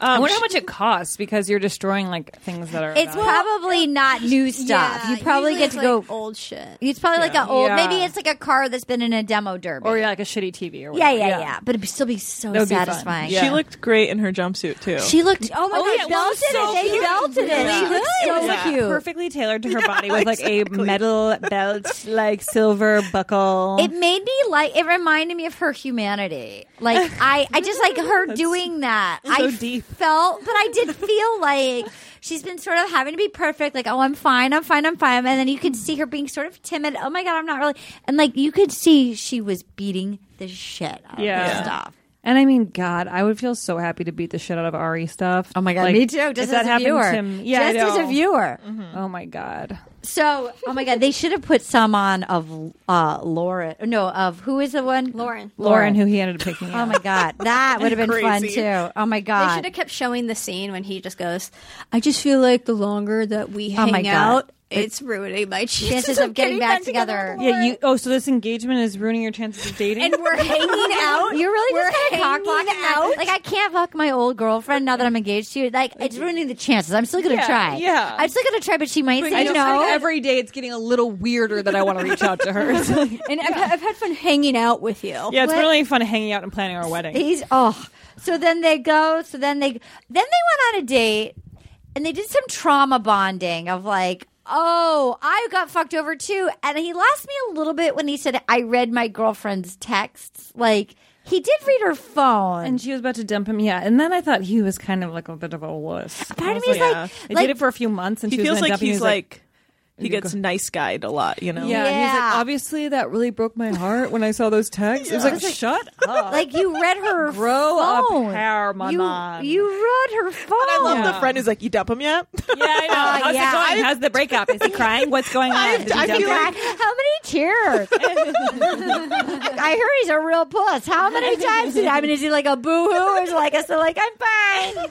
I wonder how much it costs because you're destroying like things that are. It's valuable. probably not new stuff. Yeah, you probably usually get it's, to go. like, old shit. It's probably like an old. Yeah. Maybe it's like a car that's been in a demo derby. or yeah, like a shitty TV or yeah, whatever. yeah, yeah, But it'd still be so That would be fun. satisfying. Yeah. She looked great in her jumpsuit too. She looked. Oh my Oh, god, yeah, she well, belted so it. They cute. belted it. She Yeah. looked It so was, Yeah. cute. Perfectly tailored to her Yeah, body with like a exactly. metal belt, like silver buckle. It made me like. It reminded me of her humanity. Like I, I just like her doing that. I deep. felt, but I did feel like she's been sort of having to be perfect. Like, oh, I'm fine, I'm fine, I'm fine. And then you could see her being sort of timid. Oh my god, I'm not really. And like you could see she was beating the shit out Yeah. of this Yeah. stuff. And I mean, God, I would feel so happy to beat the shit out of Ari stuff. Oh my god, Like, me too. if Just that as a happened viewer, to me- yeah, I just as know. a viewer. Oh my God, So, oh my god, they should have put some on of uh Lauren. No, of who is the one? Lauren. Lauren, who he ended up picking. Oh my god, that would have been fun Crazy. too. Oh my They god, should have kept showing the scene when he just goes, I just feel like the longer that we hang Oh my God. out, It's ruining my chances, Chances of getting back together. with Yeah, you. Oh, so this engagement is ruining your chances of dating. Lauren. And we're hanging out. You're really we're just gonna cock hanging block me? out. Like I can't fuck my old girlfriend now that I'm engaged to you. Like it's ruining the chances. I'm still gonna Yeah, try. yeah. I'm still gonna try, but she might I say just no. think every day it's getting a little weirder that I want to reach out to her. It's like- and I've, I've had fun hanging out with you. yeah, it's What? really fun hanging out and planning our wedding. He's oh. So then they go. So then they then they went on a date, and they did some trauma bonding of like, oh, I got fucked over too. And he lost me a little bit when he said I read my girlfriend's texts. Like he did read her phone. And she was about to dump him, yeah. And then I thought he was kind of like a bit of a wuss. part of I was me is like, like, they like- did it for a few months, and He she was feels gonna like dump him, he's he was like, he gets nice guyed a lot, you know. Yeah, he's Yeah. like, obviously that really broke my heart when I saw those texts. It was like, shut up. like you read her Grow up phone. hair, my you, man. you read her phone. But I love Yeah. the friend who's like, you dump him yet? Uh, yeah, I know. How's yeah. it going? How's the breakup? Is he crying? What's going on? Did he I dump feel her? like- God, how many tears? I heard he's a real puss. How many times did I mean? Is he like a boo hoo or is he like us? Like I'm fine.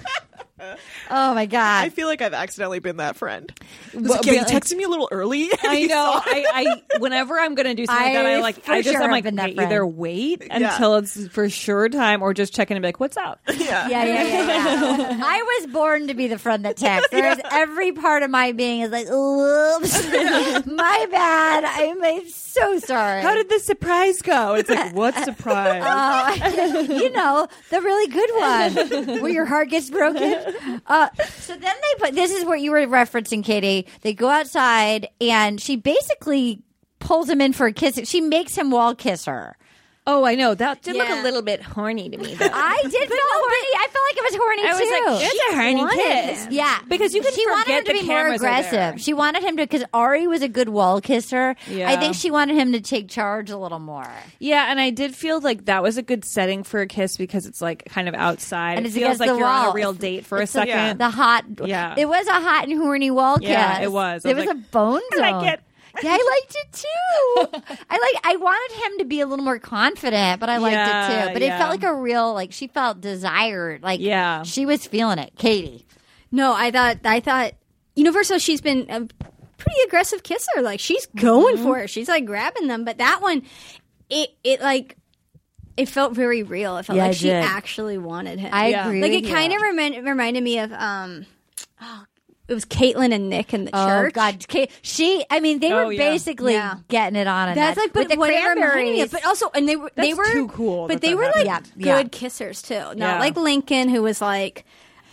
Oh my I god! feel like I've accidentally been that friend. Who's Well, like, yeah, you but- texted me a little early. I know. I, I whenever I'm gonna do something like that, I I like for I just sure I'm have like been that I either friend. wait Yeah. until it's for sure time or just check in and be like, what's up? yeah. Yeah, yeah, yeah, yeah. I was born to be the friend that texts. There's every part of my being is like, oops, my bad. I'm so sorry. How did the surprise go? It's like what surprise? Uh, you know, the really good one where your heart gets broken. Uh, so then they put this is what you were referencing, Katie. They go outside and she basically pulls him in for a kiss. She makes him wall kiss her. oh, I know. That did Yeah. bit horny to me though. I did feel horny. I felt like it was horny I was too. like, it's a horny kiss. Yeah, Because you can She wanted forget him to the be more cameras are there. aggressive. She wanted him to because Ari was a good wall kisser. Yeah. I think she wanted him to take charge a little more. Yeah, and I did feel like that was a good setting for a kiss because it's like kind of outside. And it it's against feels like the you're on wall. a real date for a It's like second. The hot, Yeah. It was a hot and horny wall kiss. Yeah, it was. I It was was a like, bone zone. I like it. Yeah, I liked it too. I like. I wanted him to be a little more confident, but I liked it Yeah, too. But it yeah. felt like a real, like she felt desired. Like Yeah. she was feeling it, Katie. No, I thought I thought Universal. She's been a pretty aggressive kisser. Like she's going Mm-hmm. for it. She's like grabbing them. But that one, it it like it felt very real. It felt Yeah, like it she did. actually wanted him. I Yeah. agree. like with it you. kind of remind, reminded me of um, oh, it was Caitlin and Nick in the Oh church. God, Kate, she. I mean, they Oh, were yeah. basically Yeah. getting it on. in That's that- like, with but the what it reminded me cranberries. of, but also, and they were they That's were too cool but that they that were like happened. good Yeah, yeah. kissers too. Not Yeah. like Lincoln, who was like,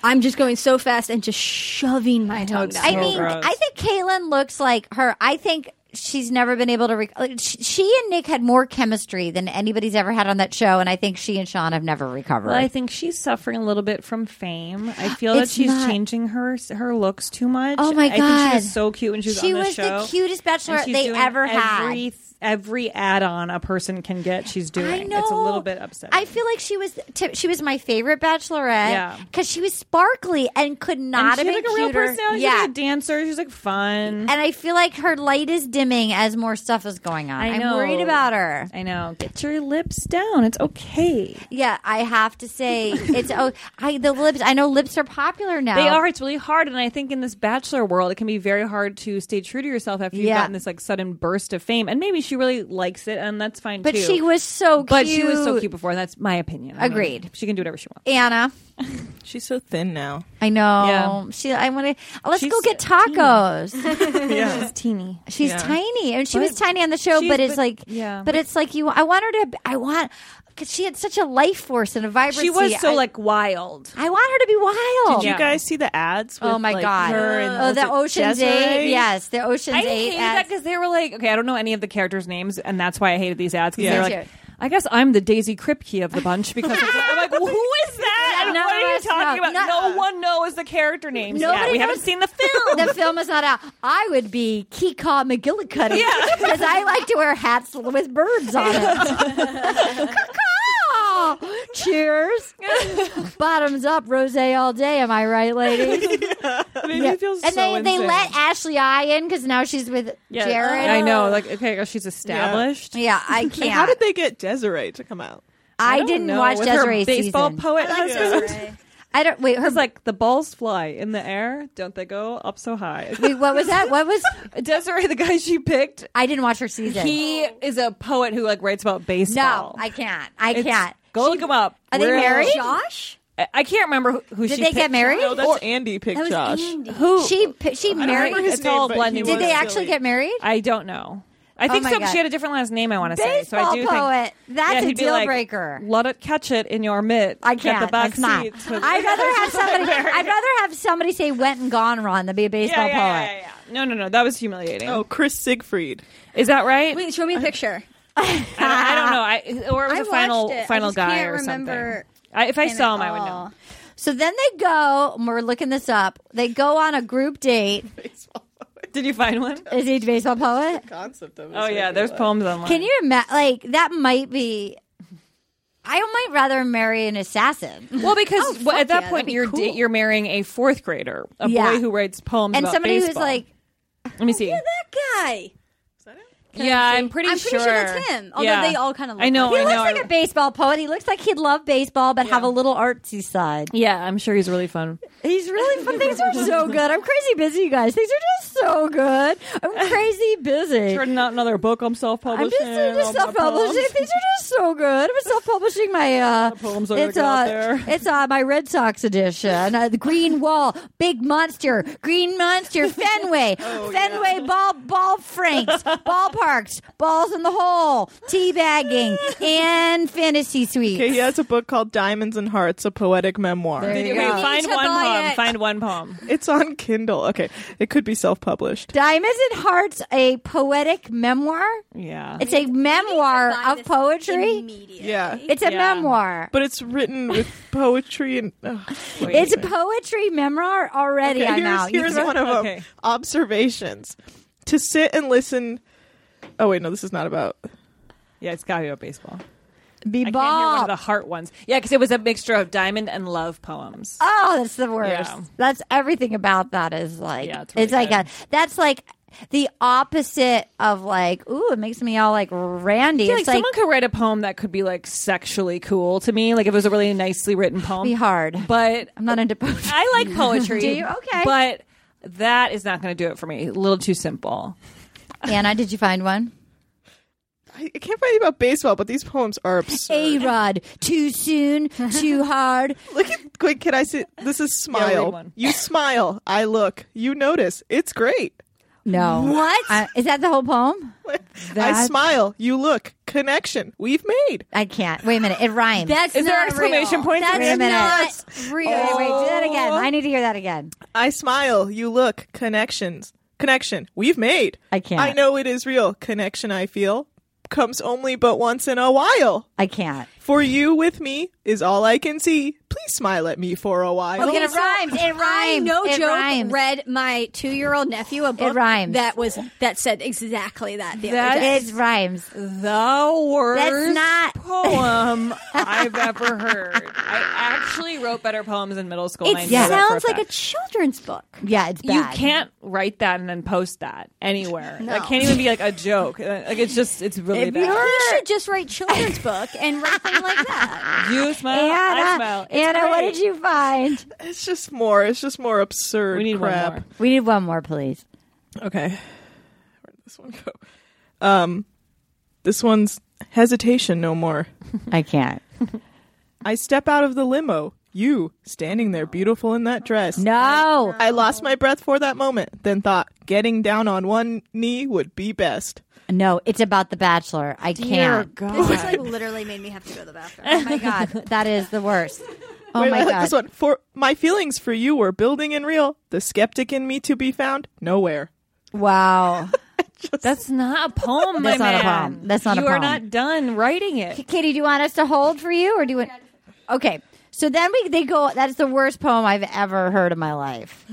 "I'm just going so fast and just shoving my tongue." down I So mean, gross. I think Caitlyn looks like her. I think she's never been able to. Rec- like, sh- she and Nick had more chemistry than anybody's ever had on that show, and I think she and Sean have never recovered. Well, I think she's suffering a little bit from fame. I feel It's that she's not- changing her her looks too much. Oh, my I think she God. was so cute when she was She on the was the show. cutest bachelorette And she's they doing ever had. every, Every add-on a person can get, she's doing. I know. It's a little bit upsetting. I feel like she was t- she was my favorite bachelorette Yeah. because she was sparkly and could and not she have been had, like a real cuter. personality. She's yeah, like a dancer. She's like fun. and I feel like her light is dimming as more stuff is going on. I I'm know. worried about her. I know. Get your lips down. It's okay. Yeah, I have to say it's oh, I the lips. I know lips are popular now. They are. It's really hard, and I think in this bachelor world, it can be very hard to stay true to yourself after you've Yeah. gotten this like sudden burst of fame. And maybe she really likes it, and that's fine But too. she was so cute. But she was so cute before. That's my opinion. I mean, Agreed. she can do whatever she wants. Anna, She's so thin now. I know. Yeah. She. I want to. Let's She's go get tacos. Yeah. She's teeny. She's Yeah. tiny, and she was But tiny on the show. she's- But it's but- like, yeah. But it's like you. I want her to. I want because she had such a life force and a vibrancy. She was so I- like wild. I want her to be wild. Did Yeah. you guys see the ads? With, Oh my like, god! Her and, oh, was the it Ocean's Desiree? Eight. Yes, the Ocean's I Eight. hated that ads. because they were like, okay, I don't know any of the characters' names, and that's why I hated these ads because Yeah. they're Me like, I guess I'm the Daisy Kripke of the bunch because it's like- I'm like, who is that? Yeah, and none what of are you us talking know. about? No- No, one knows the character names. yet. Nobody we haven't knows- seen the film. the film is not out. I would be Kika McGillicuddy Yeah. because I like to wear hats with birds on it. Caw-caw! Cheers. Bottoms up, rose all day. Am I right, ladies? Maybe Yeah. it feels and so they, they insane. let Ashley I in because now she's with Yeah. Jared. I know, like okay, well, she's established. Yeah, I can't. And How did they get Desiree to come out? I, don't didn't know. watch With her Desiree's baseball season. poet I like husband. Desiree. I don't wait. Her It's like the balls fly in the air, don't they go up so high? wait, what was that? What was? Desiree, the guy she picked, I didn't watch her season. he is a poet who like writes about no, baseball. I can't. I It's- can't. Go look him up. Are they Where- married? Josh? I- I can't remember who, who Did she they get picked. married? No, that's Andy picked That was Josh. Andy. Who she pi- she married. remember his It's all name, but blending. he Did was- they actually Silly. get married? I don't know. I think Oh my so. God. She had a different last name. I want to say. So Baseball I do poet. think That's yeah, a he'd be deal like, breaker. Let it catch it in your mitt. I Get can't. the back that's not. seats with- I'd rather have somebody. I'd rather have somebody say "went and gone" Ron than be a yeah, baseball yeah, poet. yeah, yeah, yeah. No, no, no. That was humiliating. Oh, Chris Siegfried. Is that right? Wait, show me a picture. I, I don't know. I or it was I a final watched it. I final just guy can't or something. remember I, if I him saw him, at I would know. all. So then they go. and We're looking this up. They go on a group date. Did you find one? Is he a baseball poet? Concept of Oh yeah, there's poems online. Can you imagine? Like that might be. I might rather marry an assassin Well, because well, fuck at that yeah, that'd point be you're cool. da- you're marrying a fourth grader, a Yeah. boy who writes poems and about somebody baseball. who's like, let me see. That guy. Yeah, I'm pretty I'm pretty sure sure that's him, although they all kinda look I know. he I looks know. like a baseball poet. He looks like he'd love baseball, but have a little artsy side. yeah, I'm sure he's really fun. He's really fun. Things are so good. I'm crazy busy, you guys. Things are just so good. I'm crazy busy. Turning out another book I'm self-publishing. I'm just, I'm just all my self-publishing. poems. These are just so good. I'm self-publishing my uh, poems are gonna it's go out uh, there. it's uh, my Red Sox edition. Uh, the Green Wall, Big Monster, Green Monster, Fenway, Oh, Fenway Ball, Ball Franks, Ballparks, Balls in the Hole, Teabagging, and Fantasy Suite. Okay, he has a book called Diamonds and Hearts, a poetic memoir. There you Wait, go. find Need to one buy poem. it. Find one poem. It's on Kindle. Okay, it could be self-published. Diamonds and Hearts, a poetic memoir. Yeah. It's a You can memoir buy of this poetry. immediately. Yeah, It's a Yeah. memoir. but it's written with poetry and. ugh, wait It's a minute. poetry memoir already. Okay, I'm here's, out. You here's throw- one of them. Okay. Observations: To sit and listen. Oh wait, no, this is not about. Yeah, it's got to be about baseball. Be I can't hear one of the ball. heart ones. Yeah, because it was a mixture of diamond and love poems. Oh, that's the worst. Yeah. That's everything about that is like Yeah, it's really like good. a that's like the opposite of like ooh, it makes me all like randy. Yeah, like, it's like, someone could write a poem that could be like sexually cool to me. Like if it was a really nicely written poem, be hard. But I'm not into poetry. I like poetry. Do you? Okay. But that is not going to do it for me. A little too simple. Anna, did you find one? I, I can't find anything about baseball, but these poems are absurd. A Rod, too soon, too hard. Look at quick. Can I see? This is read smile. one. you smile. I look. You notice. It's great. No, what is that? The whole poem? I That- smile. You look. Connection we've made. I can't. Wait a minute, it rhymes. That's Is not there exclamation real. points? That's Wait a minute. not real. wait, wait, do that again. I need to hear that again. I smile. You look. Connections. Connection we've made. I can't. I know it is real. Connection I feel comes only but once in a while. I can't. For you with me is all I can see. Please smile at me for a while. Okay, it rhymes. It I rhymes. no it joke Rhymes. read my two year old nephew a book rhymes. that was that said exactly that the That other day. It rhymes. The worst That's not- poem I've ever heard. I actually wrote better poems in middle school. and I It know that for sounds like a fact. children's book. Yeah, it's You bad. can't write that and then post that anywhere. It No. can't even be like a joke. Uh, Like it's just it's really If bad. you're- He should just write children's book and write things like that. You smile, I smile. Anna, It's Anna what great. did you find? It's just more. It's just more absurd We need crap. one more. We need one more, please. Okay. Where did this one go? Um, this one's hesitation no more. I can't. I step out of the limo. You standing there, beautiful in that dress. No. I lost my breath for that moment, then thought getting down on one knee would be best. No, it's about The Bachelor. I can't. This is like literally made me have to go to the bathroom. Oh my God. That is the worst. Oh Wait, my I like God. this one. For my feelings for you were building and real. The skeptic in me to be found nowhere. Wow. That's not a poem, That's my not a man. poem. That's not a You are poem. not done writing it. Katie, do you want us to hold for you or do you want. Okay. So then we they go. That's the worst poem I've ever heard in my life.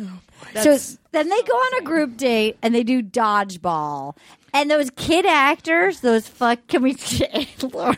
so then they go on a group date and they do dodgeball. And those kid actors, those fuck, can we, Laura?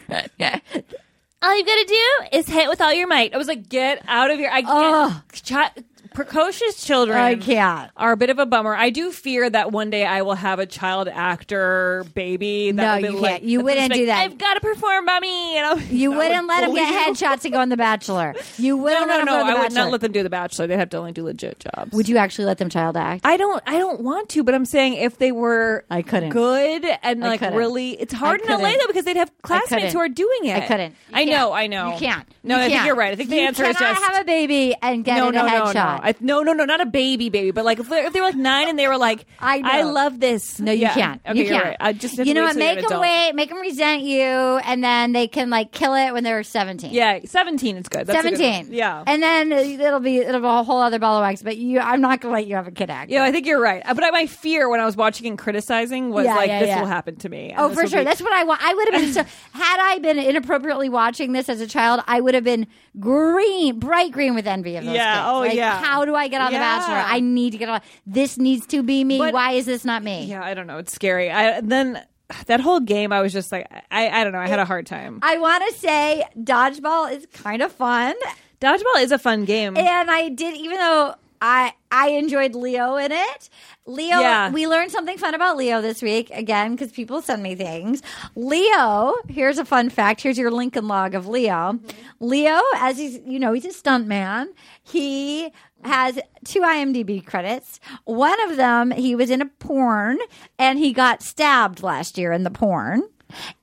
All you gotta do is hit with all your might. I was like, get out of here. I can't. Chi- precocious children I can't. are a bit of a bummer. I do fear that one day I will have a child actor baby. No, That will be you can't. like- You that's wouldn't just like, do that. I've got to perform, mommy. And I'll, You I wouldn't let him get believe- headshots to go on The Bachelor. You No, wouldn't let no, him no. go on The I would Bachelor. not let them do The Bachelor. They'd have to only do legit jobs. would you actually let them child act? I don't. I don't want to. But I'm saying if they were, I couldn't. good and I like couldn't. really. It's hard I in LA couldn't. though because they'd have classmates couldn't. who are doing it. I couldn't. You I know. can't. I know. You can't. No, You I think can't. you're right. I think the You answer is cannot just have a baby and get it a headshot. No, no. I, no, no, no, not a baby, baby, but like if they, if they were like nine and they were like, I I, know. love this. No, you Yeah. can't. Okay, you you're can't. right. I just have you to know what? wait till you're Make an them adult. wait. Make them resent you, and then they can like kill it when they're seventeen. Yeah, seventeen is good. That's a good one. seventeen. yeah. and then it'll be it'll be a whole other ball of wax. But you, I'm not gonna let you have a kid act. yeah, I think you're right. Uh, But I- my fear when I was watching and criticizing was Yeah, like, yeah, this yeah. will happen to me. and Oh, this for will sure. be- That's what I want. I would have been so. Had I been inappropriately watching this as a child, I would have been green, bright green with envy of those Yeah, kids. oh, Like, yeah. How do I get on the Yeah. Bachelor? I need to get on. This needs to be me. But- Why is this not me? yeah. I don't know. It's scary. I then that whole game. I was just like, I, I don't know. I had a hard time. I want to say dodgeball is kind of fun, Dodgeball is a fun game. and I did even though. I, I enjoyed Leo in it. Leo, Yeah. we learned something fun about Leo this week again because people send me things. Leo, here's a fun fact. Here's your Lincoln log of Leo. Leo, as he's you know, he's a stunt man. He has two IMDb credits. One of them, he was in a porn and he got stabbed last year in the porn.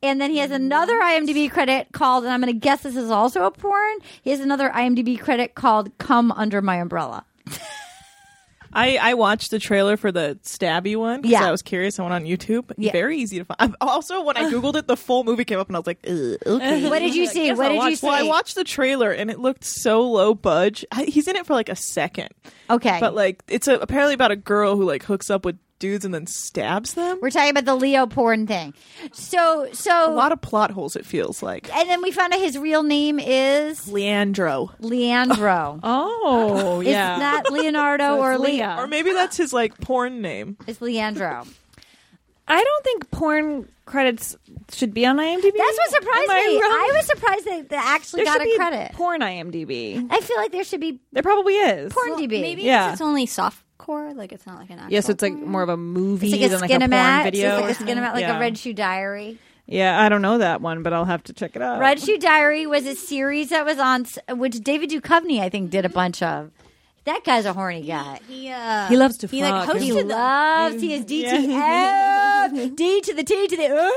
And then he has another IMDb credit called, and I'm going to guess this is also a porn. He has another IMDb credit called "Come Under My Umbrella." I, I watched the trailer for the stabby one because Yeah. I was curious. I went on YouTube. Yeah. Very easy to find. I'm- Also, when I Googled it, the full movie came up and I was like, "Ugh, okay. What did you see? guess What I'll did you watch- see? Well, I watched the trailer and it looked so low budge. I, he's in it for like a second. Okay. But like, it's a, apparently about a girl who like hooks up with dudes and then stabs them. We're talking about the Leo porn thing. So, so A lot of plot holes, it feels like. and then we found out his real name is Leandro. Leandro. oh, It's yeah. not Leonardo So or it's Leo. Leah. Or maybe that's his like porn name. It's Leandro. I don't think porn credits should be on IMDb. That's what surprised Am I me. wrong? I was surprised they, they actually there got should be a credit. porn IMDb. I feel like there should be There probably is. porn DB. Maybe Yeah. it's only soft core, like it's not like an actual. Yes, it's like porn. more of a movie It's like a than like a porn skinamat. It's video. or like a something. skinamat, like yeah. a Red Shoe Diary. Yeah, I don't know that one, but I'll have to check it out. Red Shoe Diary was a series that was on, s- which David Duchovny, I think, did a bunch of. That guy's a horny guy. He, uh, He loves to He like fuck. hosted He He the loves. He is DTF. D to the T to the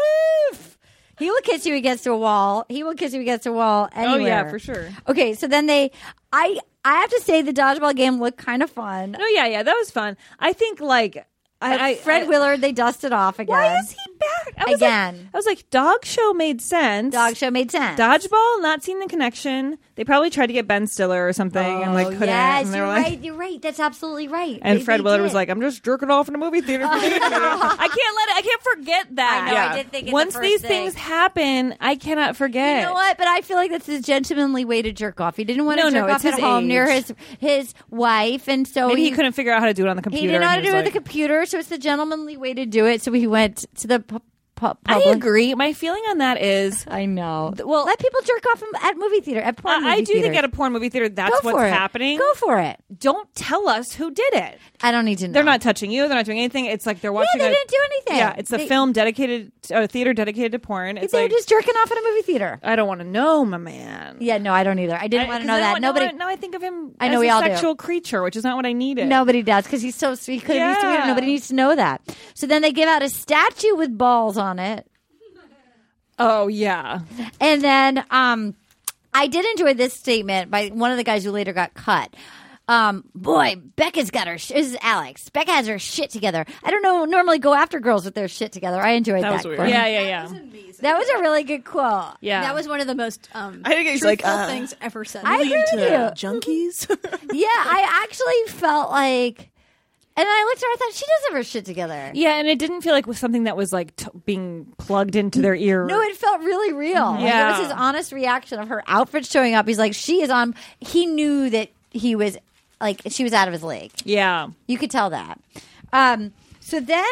oof. He will kiss you against a wall. He will kiss you against a wall Oh anywhere. yeah, for sure. Okay, so then they, I, I have to say the dodgeball game looked kind of fun. No, yeah, yeah, that was fun. I think like I, I Fred I, Willard, they dusted off again. Why is he back I was Again. Like, I was like, dog show made sense. Dog show made sense. Dodgeball, not seeing the connection. They probably tried to get Ben Stiller or something, and like couldn't. Oh, yes, and they you're were like, right. You're right. That's absolutely right. And They- Fred they Willard was did. like, "I'm just jerking off in a movie theater." I can't let it. I can't forget that. I know, I Yeah. did think it's the Once first these thing. things happen, I cannot forget. You know what? But I feel like that's his gentlemanly way to jerk off. He didn't want No, to jerk no, off it's at his home age. near his his wife, and so Maybe he, he couldn't figure out how to do it on the computer. he didn't know how to and do it was with a like- computer, so it's the gentlemanly way to do it. So he went to the pu- pu- I public. agree. My feeling on that is, I know. well, Let people jerk off in- at movie theater at porn. I, I movie do think theaters. at a porn movie theater, Go that's for what's it. happening. Go for it. Don't tell us who did it. I don't need to know. They're not touching you. They're not doing anything. It's like they're watching. they a- didn't do anything. Yeah, it's a They- film dedicated, a theater dedicated to porn. It's They're like just jerking off at a movie theater. I don't want to know, my man. Yeah, no, I don't either. I didn't I- want to 'cause know now- that. Now, Nobody, I- now I think of him. I know as we a all do. sexual creature, which is not what I needed. Nobody does because he's so sweet. He could have used to be. Yeah. Nobody needs to know that. So then they give out a statue with balls on it, Oh yeah. and then um, I did enjoy this statement by one of the guys who later got cut. Um, boy, Becca's got her. Sh- this is Alex. Becca has her shit together. I don't know. Normally, go after girls with their shit together. I enjoyed that. was weird. quote. Yeah, yeah, yeah. That was a really good quote. Yeah. That was one of the most um, I think he's like, truthful uh, things ever said. I agree with you. To junkies? Yeah, I actually felt like, and I looked at her. I thought she does have her shit together. Yeah, and it didn't feel like was something that was like t- being plugged into their ear. No, it felt really real. Like, Yeah. it was his honest reaction of her outfit showing up. He's like, she is on. He knew that he was like she was out of his league. yeah. You could tell that. Um, so then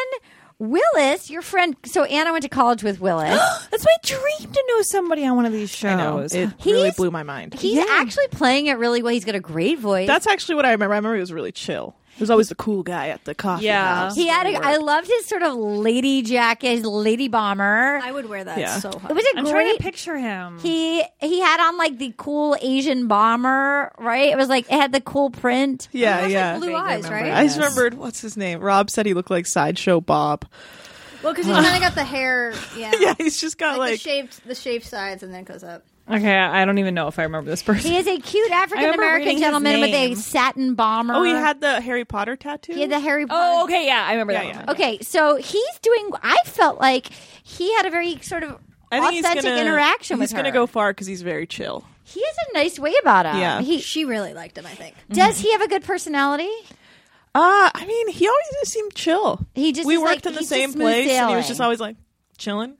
Willis, your friend. So Anna went to college with Willis. That's my dream to know somebody on one of these shows. I know. Oh, It really He's- blew my mind. He's actually playing it really well. He's got a great voice. That's actually what I remember. I remember he was really chill. He was always the cool guy at the coffee Yeah. house. he had. A, I loved his sort of lady jacket, his lady bomber. I would wear that Yeah. so It hard. was a I'm great. trying to picture him. he he had on like the cool Asian bomber, right? It was like it had the cool print. yeah, He has, like, yeah. blue Vaguely eyes, remember right? I just remembered what's his name. Rob said he looked like Sideshow Bob. Well, because he's kind of got the hair, yeah, Yeah, he's just got like, like, the shaved, the shaved sides, and then it goes up. okay, I don't even know if I remember this person. He is a cute African reading American his gentleman with a name. satin bomber. oh, he had the Harry Potter tattoo. He had the Harry Potter. oh, okay, yeah, I remember Yeah, that. yeah. one. Okay, so he's doing. I felt like he had a very sort of I think authentic he's gonna, interaction He's with her. gonna go far because he's very chill. He has a nice way about him. Yeah. Mm-hmm. He She really liked him, I think. does. He have a good personality. Uh, I mean, he always just seemed chill. He just we is, like, worked in the he's just same smooth place, and he was sailing. just always like chilling.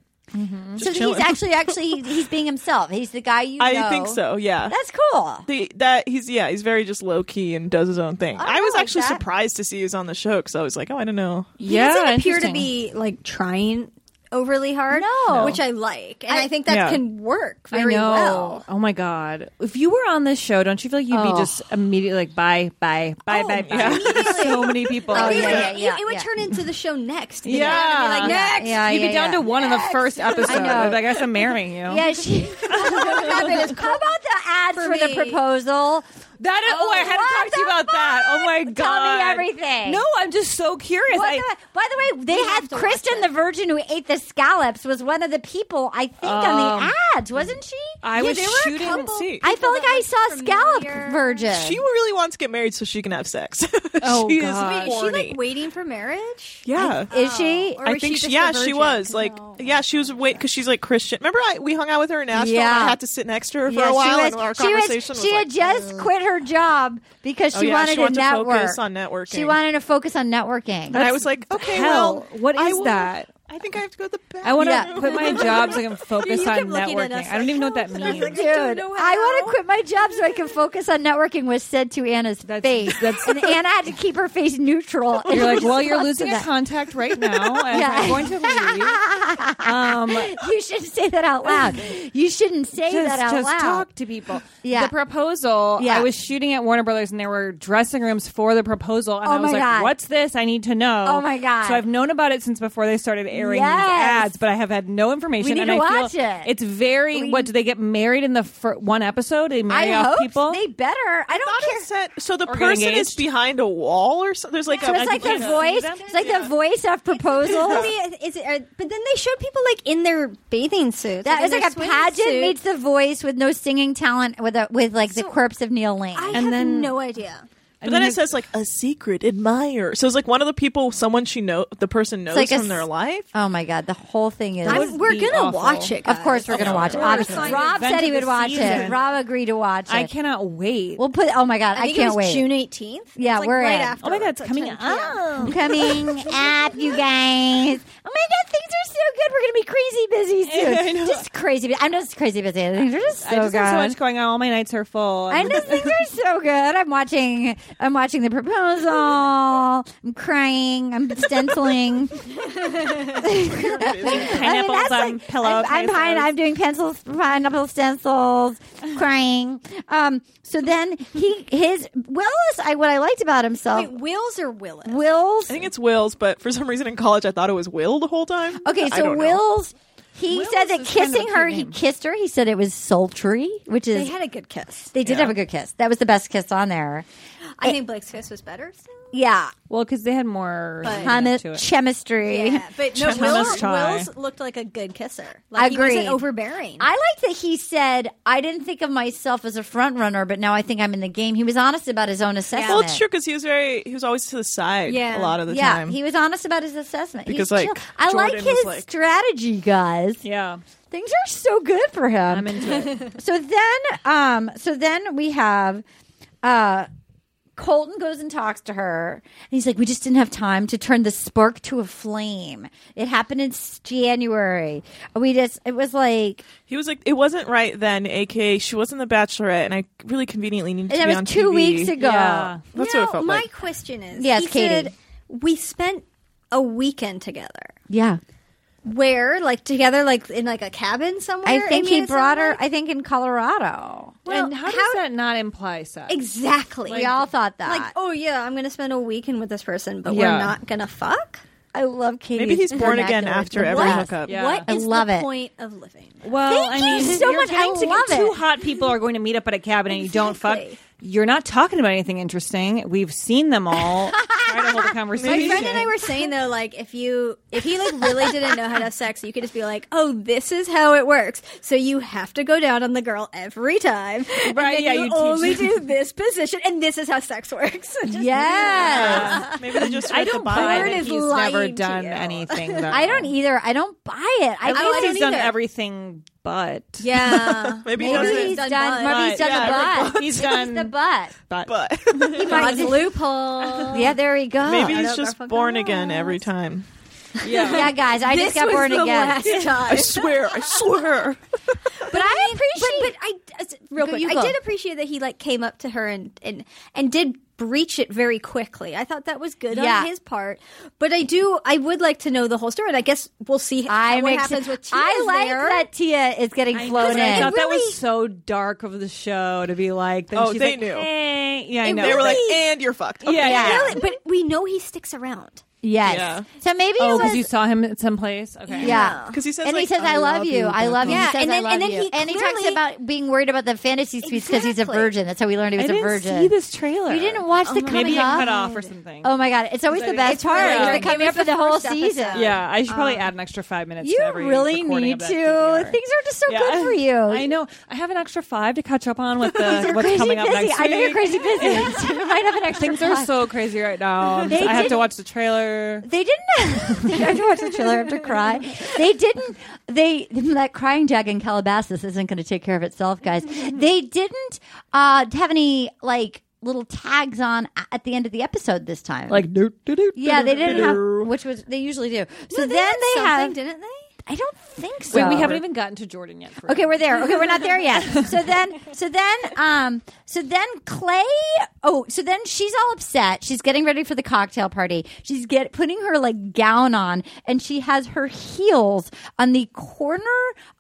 Just So chilling. he's actually actually he, he's being himself. He's the guy you. I know. think so. Yeah. That's cool. the, that he's yeah he's very just low key and does his own thing. I I, was like actually that. surprised to see he was on the show because I was like, oh, I don't know. He doesn't appear to interesting. be like trying overly hard. No. which I like, and I, think that Yeah. can work I very know. well. Oh my god! If you were on this show, don't you feel like you'd be just immediately like, bye, bye, bye, bye, bye. so many people. Oh, It yeah, would- yeah, it- yeah, It would yeah. turn into the show next. you know? Yeah. It'd be like, next. Yeah, You'd yeah, be down yeah. to one in the first episode. I know. Like, I guess I'm marrying you. Yeah, she. How about the ads for, For the me. proposal? That is. Oh, I had what to talk to you the about that. fuck? Oh my god! Tell me everything. No, I'm just so curious. What I, the- by the way, they We have had to watch Kristen, it. the virgin who ate the scallops, was one of the people I think on the ads, wasn't she? I was there Um, were a shooting- couple- Didn't see. I felt like I saw familiar. scallop virgin. She really wants to get married so she can have sex. Oh, she God. is Is she horny. like waiting for marriage? yeah. is she? Or I was think she she, just yeah, a she virgin? Oh. was like No. yeah, she was wait because she's like Christian. Remember, I, we hung out with her in Nashville. and Yeah. I had to sit next to her for Yeah, a she while, and was- our she was- conversation was, she like, "Mm." had just quit her job because oh, she yeah, wanted she wanted to to network. focus on networking. She wanted to focus on networking. and I was like, okay, hell? well, What I is will- that? I think I have to go to the bathroom. I want to Yeah. quit my job so I can focus You on kept looking at networking. us I don't like, even know what that means. like, Dude, don't know I want how. to quit my job so I can focus on networking. Was said to Anna's face, and Anna had to keep her face neutral. You're like, well, you're Response to losing a that. contact right now. and Yeah. I'm going to leave. Um, You shouldn't say that out loud. You shouldn't say that just, out just loud. talk to people. Yeah. The proposal. Yeah. I was shooting at Warner Brothers, and there were dressing rooms for the proposal, and Oh I was my like, God. "What's this? I need to know." Oh my God. So I've known about it since before they started airing Yes. these ads, but I have had no information. We need and to I feel watch it. It's very. what do they get married in the fir- one episode? They I marry off hope people. they better. I don't Not care. a set. So the Or get person is engaged. behind a wall, or so, there's like So a it's like like the a- voice. them? It's like the voice of proposal. Really, is it, are, but then they showed people like in their bathing suits. That in is like their a swimsuit. pageant meets the voice with no singing talent with a, with like the corpse of Neil Lane. I And have then- no idea. But then it says like a secret admirer. So it's like one of the people, someone she know, the person knows like a from their s- life. oh my god, the whole thing is. I'm- we're be gonna awful. watch it. of course, guys. we're gonna watch it. We're Obviously, signing Rob event said of he the would watch it. season. Rob agreed to watch it. I cannot wait. We'll put. Oh my god, I, I think can't it was wait. June 18th. Yeah, It's, like, we're right in. after. oh my god, it's coming up. coming up, you guys. Oh my god, things are so good. We're gonna be crazy busy I soon. know. Just crazy. bu- I'm just crazy busy. Things are just so I just good. have so much going on. All my nights are full. I know things are so good. I'm watching. I'm watching the proposal. I'm crying. I'm stenciling. Pineapples um, that's I'm, on I'm, pillowcases. pine, I'm doing pencils, pineapple stencils, crying. Um, so then he his Willis. I what I liked about himself. Wait, Wills or Willis? Will's I think it's Will's, but for some reason in college I thought it was Will the whole time. Okay, I so don't know. Will's he Will's said that is kind of a kissing her, cute he name. kissed her. He said it was sultry, which is they they, had a good kiss. did have a good kiss. That was the best kiss on there. I think Blake's kiss was better. Yeah, Well, because they had more But- leading up Chemi- to it. chemistry. Yeah, but no, Thomas Will's, Chai. Will's looked like a good kisser. Like he Agreed. wasn't overbearing. I liked that he said, "I didn't think of myself as a front runner, but now I think I'm in the game." He was honest about his own assessment. Well, it's true because he was very he was always to the side Yeah. a lot of the yeah, time. he was honest about his assessment. Because, He's like, chill. I like Jordan was his like- strategy, guys. Yeah. Things are so good for him. I'm into it. So then, um, so then we have, uh, Colton goes and talks to her, and he's like, "We just didn't have time to turn the spark to a flame. It happened in s- January. We just, it was like, He was like, it wasn't right then. AKA, she wasn't the Bachelorette, and I really conveniently and needed to that be was on two TV. weeks ago. Yeah. That's no, what it felt my like. question is, Yes, he Katie. said we spent a weekend together. Yeah. Where, like together, like in like a cabin somewhere. I think Amy, he it sounded brought her, like? I think in Colorado. Well, and how, does how- that not imply sex? exactly. we all thought that. like, oh yeah, I'm gonna spend a weekend with this person, but Yeah. we're not gonna fuck. I love Katie. Maybe he's born again after every What? hookup. Yeah. What I is love the it. point of living? Well, Thank I you mean, so if you're much. I getting to get love Two it. hot people are going to meet up at a cabin and you don't fuck. Exactly. You're not talking about anything interesting. We've seen them all. Try to hold a My conversation. friend and I were saying though, like if you if he like really didn't know how to have sex, you could just be like, oh, this is how it works. So you have to go down on the girl every time, And Right, then yeah, you, you teach only them. do this position, and this is how sex works. Just- Yes. Uh, Maybe they just I read the don't buy Bible. Porn that is he's never lying to done you. anything. Though. I don't either. I don't buy it. I, I don't think he's done either. everything but. Yeah, Maybe he Maybe doesn't. he's done. Done maybe butt. he's done Yeah, a butt. He's He's the done butt. but. But God's loophole. Yeah, there he goes. maybe I he's don't just fucking born know. again every time. yeah, guys, I just this got was born the again. last time. swear, I swear. but I appreciate. But, I real Go, quick, you I go. did appreciate that he like came up to her and and and did breach it very quickly. I thought that was good Yeah. on his part. But I do. I would like to know the whole story, and I guess we'll see how, I'm what ex- happens with Tia. I like there. that Tia is getting flown in. I I thought that really- was so dark of the show to be like. Then Oh, she's they like, knew. "Eh." Yeah, I It know. They were like, Really? and you're fucked. Okay. yeah, yeah. Really? But we know he sticks around. yes. Yeah. So maybe it Oh, was. because you saw him at someplace. Okay. yeah. Because he says, and he like, says, "I love you, I love you." Yeah, He says, and then- "I love and then you," he and he talks clearly- about being worried about the fantasy suites because he's a Exactly. virgin. That's how we learned he I was a didn't virgin. see this trailer. You didn't watch the coming Maybe it up. cut off or something. Oh my god, it's always the best part. really is the good. coming It up was for the the whole first episode. season. Yeah, I should probably add an extra five minutes. to Um, You every really recording need of to. that DVR. Things are just so good for you. I know. I have an extra five to catch up on with the Uh, what's Crazy coming busy. up next week. I know you're crazy busy. so you might have an extra. Things are five. so crazy right now. I'm just- They I have did- to watch the trailer. They didn't. they have to watch the trailer. I have to cry. They didn't. They that crying jag in Calabasas isn't going to take care of itself, guys. They didn't uh, have any like little tags on a- at the end of the episode this time. Like, do, do, do, yeah, do, they do, didn't do, have, do. which was they usually do. So They then had they something, have. didn't they? I don't think so. Wait, we haven't even gotten to Jordan yet. for- Okay, we're there. Okay, we're not there yet. So then, so then, um, so then Clay. Oh, so then she's all upset. She's getting ready for the cocktail party. She's get putting her like gown on, and she has her heels on the corner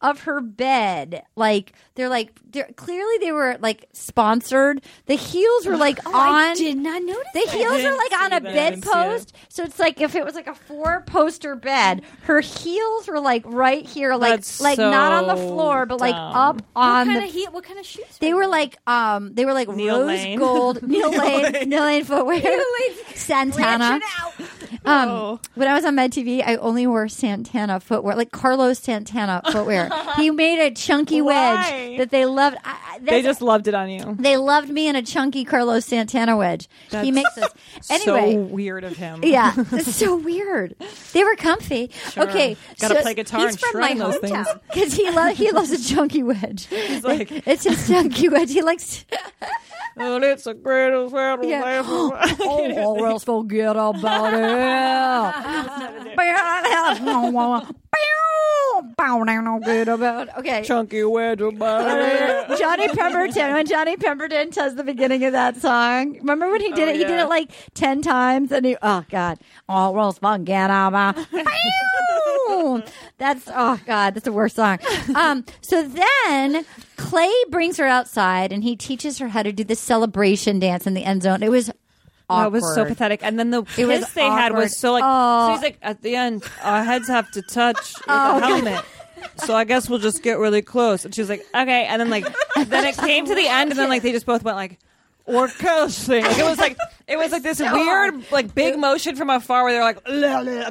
of her bed. Like they're like they're clearly they were like sponsored. The heels were like on. I did not notice. The heels are didn't like on see a that. bedpost, so it's like if it was like a four-poster bed, her heels were like right here, like That's like not on the so floor, but like dumb. up what on kind the. of heel, What kind of shoes? they were like um, they were like Neil rose Lane. gold Neil Lane Neil Lane footwear Santana. Um, When I was on Med TV, I only wore Santana footwear, like Carlos Santana footwear. he made a chunky Why? wedge that they loved. I, I- They that's- just loved it on you. they loved me in a chunky Carlos Santana wedge. he That's makes this anyway. so weird of him. Yeah, it's so weird. They were comfy. Okay, Gotta so play guitar he's and from shred my in those hometown. things. because he lo- he loves a chunky wedge. He's like- it's his chunky wedge. He likes. Well, it's the greatest battle Yeah. I ever- oh, or else forget about it. Bow, now, no good about. Okay. Chunky wedge of butter. Johnny Pemberton. When Johnny Pemberton does the beginning of that song, remember when he did it? He did Oh, yeah. it like ten times, and he oh god, all rolls fun, get out my. Pew! That's oh god, that's the worst song. Um, so then Clay brings her outside, and he teaches her how to do the celebration dance in the end zone. It was. That Awkward. was so pathetic. And then the kiss was they had awkward. was so like. Oh. So he's like, at the end, our heads have to touch with the helmet. So I guess we'll just get really close. And she's like, okay. And then like, then it came to the end, and then like they just both went like. Or cussing. Like it was like it was like this weird, like big motion from afar where they're like, because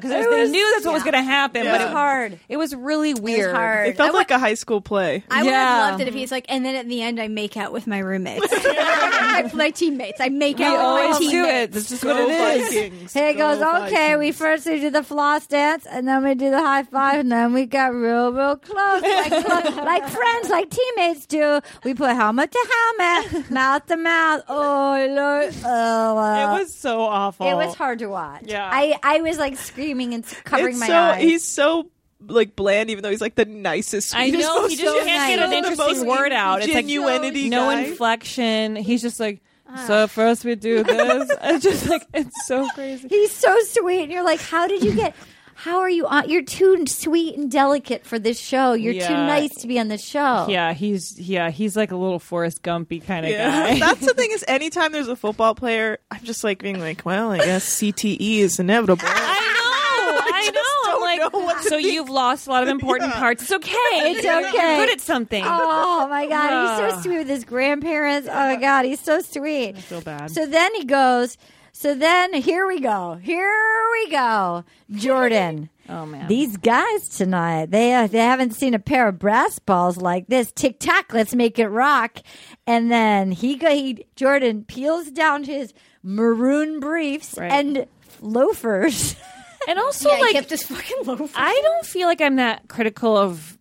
they was- knew that's what was going to happen. Yeah. But It it, was hard. It was really weird. hard. It felt like a high school play. I would Yeah. have loved it if he's like, and then at the end, I make out with my roommates, my, my teammates. I make We out always with my do teammates. it. That's just what it is. Hey, it Oh goes, okay, we first we do the floss dance, and then we do the high five, and then we got real, real close, like, clo- like friends, like teammates do. We put helmet to helmet, mouth to mouth. Oh, Lord. Oh, uh, It was so awful. it was hard to watch. Yeah. I, I was like screaming and s- covering It's my so eyes. he's so like bland, even though he's like the nicest. I sweetest, know most he just so can't nice. get an The most interesting word out. It's like Genuinity, Ah. no guy. inflection. He's just like so first we do this. It's just like it's so crazy. He's so sweet. And you're like, how did you get? How are you on? You're too sweet and delicate for this show. You're too Yeah. nice to be on the show. Yeah, he's yeah, he's like a little Forrest Gumpy kind of guy. That's the thing is anytime there's a football player, I'm just like being like, well, I guess CTE is inevitable. I know. I, just know. don't I'm like, know what to so you've lost a lot of important Yeah. parts. It's okay. It's okay. You're good at something. Oh my god, he's so Yeah. sweet with his grandparents. Oh my god, he's so sweet. feel bad. So then he goes. So then here we go. Here we go, Jordan. Oh man. These guys tonight, they uh, they haven't seen a pair of brass balls like this. Tick tock, let's make it rock. And then he, go, he Jordan peels down his maroon briefs Right. and loafers. and also I like kept this fucking loaf. I don't feel like I'm that critical of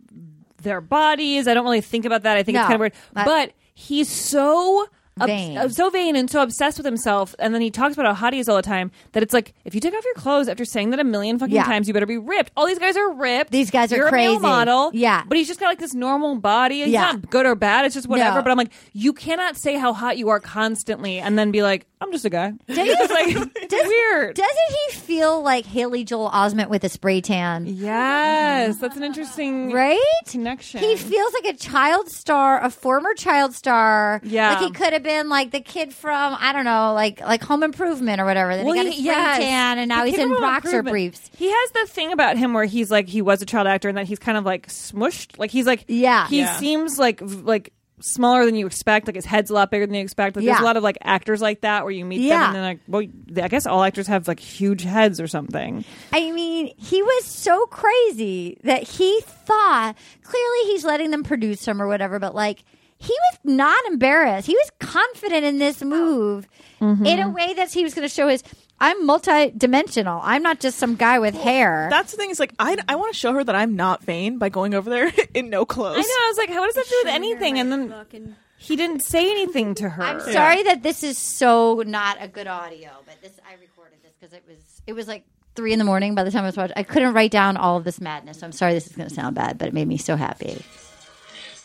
their bodies. I don't really think about that. I think No. it's kind of weird. That- but he's so ob- Vain. uh, so vain and so obsessed with himself. And then he talks about how hot he is all the time that it's like if you take off your clothes after saying that a million fucking Yeah. times, you better be ripped. All these guys are ripped. These guys are You're A crazy. male model, Yeah. But he's just got like this normal body. He's Yeah. not good or bad. It's just whatever. No. But I'm like, you cannot say how hot you are constantly and then be like, I'm just a guy. it's like weird. Doesn't he feel like Haley Joel Osment with a spray tan? yes, that's an interesting Right? connection. He feels like a child star, a former child star. Yeah. like he could have been like the kid from I don't know, like like Home Improvement or whatever. Then he got his spray yes. tan, and now The he's kid in from Home boxer Improvement. briefs. He has the thing about him where he's like he was a child actor and that he's kind of like smushed. Like he's like Yeah. he Yeah. seems like v- like smaller than you expect. Like his head's a lot bigger than you expect. Like Yeah. there's a lot of like actors like that where you meet Yeah. them and they're like, well, they- I guess all actors have like huge heads or something. I mean, he was so crazy that he thought clearly he's letting them produce him or whatever, but like he was not embarrassed. He was confident in this move in Mm-hmm. a way that he was going to show his I'm multidimensional. I'm not just some guy with hair. That's the thing is like I, I want to show her that I'm not vain by going over there in no I know. clothes. I was like, how does that do with anything? And then he didn't say anything to her. I'm sorry that this is so not a good audio, but this I recorded this because it was it was like three in the morning by the time I was watching. I couldn't write down all of this madness, so I'm sorry this is going to sound bad, but it made me so happy. Some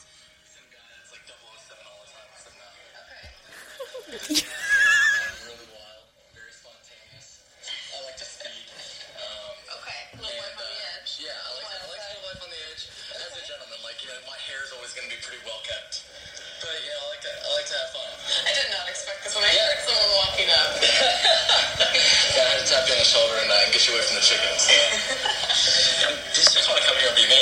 guy that's like 007 all the time. Some not. really wild, very spontaneous. I like to speak. Um, okay, live life on the edge. Yeah, I like, I like to live life on the edge. As a gentleman, like, you know, my hair is always going to be pretty well kept. But, you know, I like to, I like to have fun. I did not expect this when I heard someone walking up. yeah, I had to tap you on the shoulder and uh, get you away from the chickens. Yeah. just, just want to come here and be me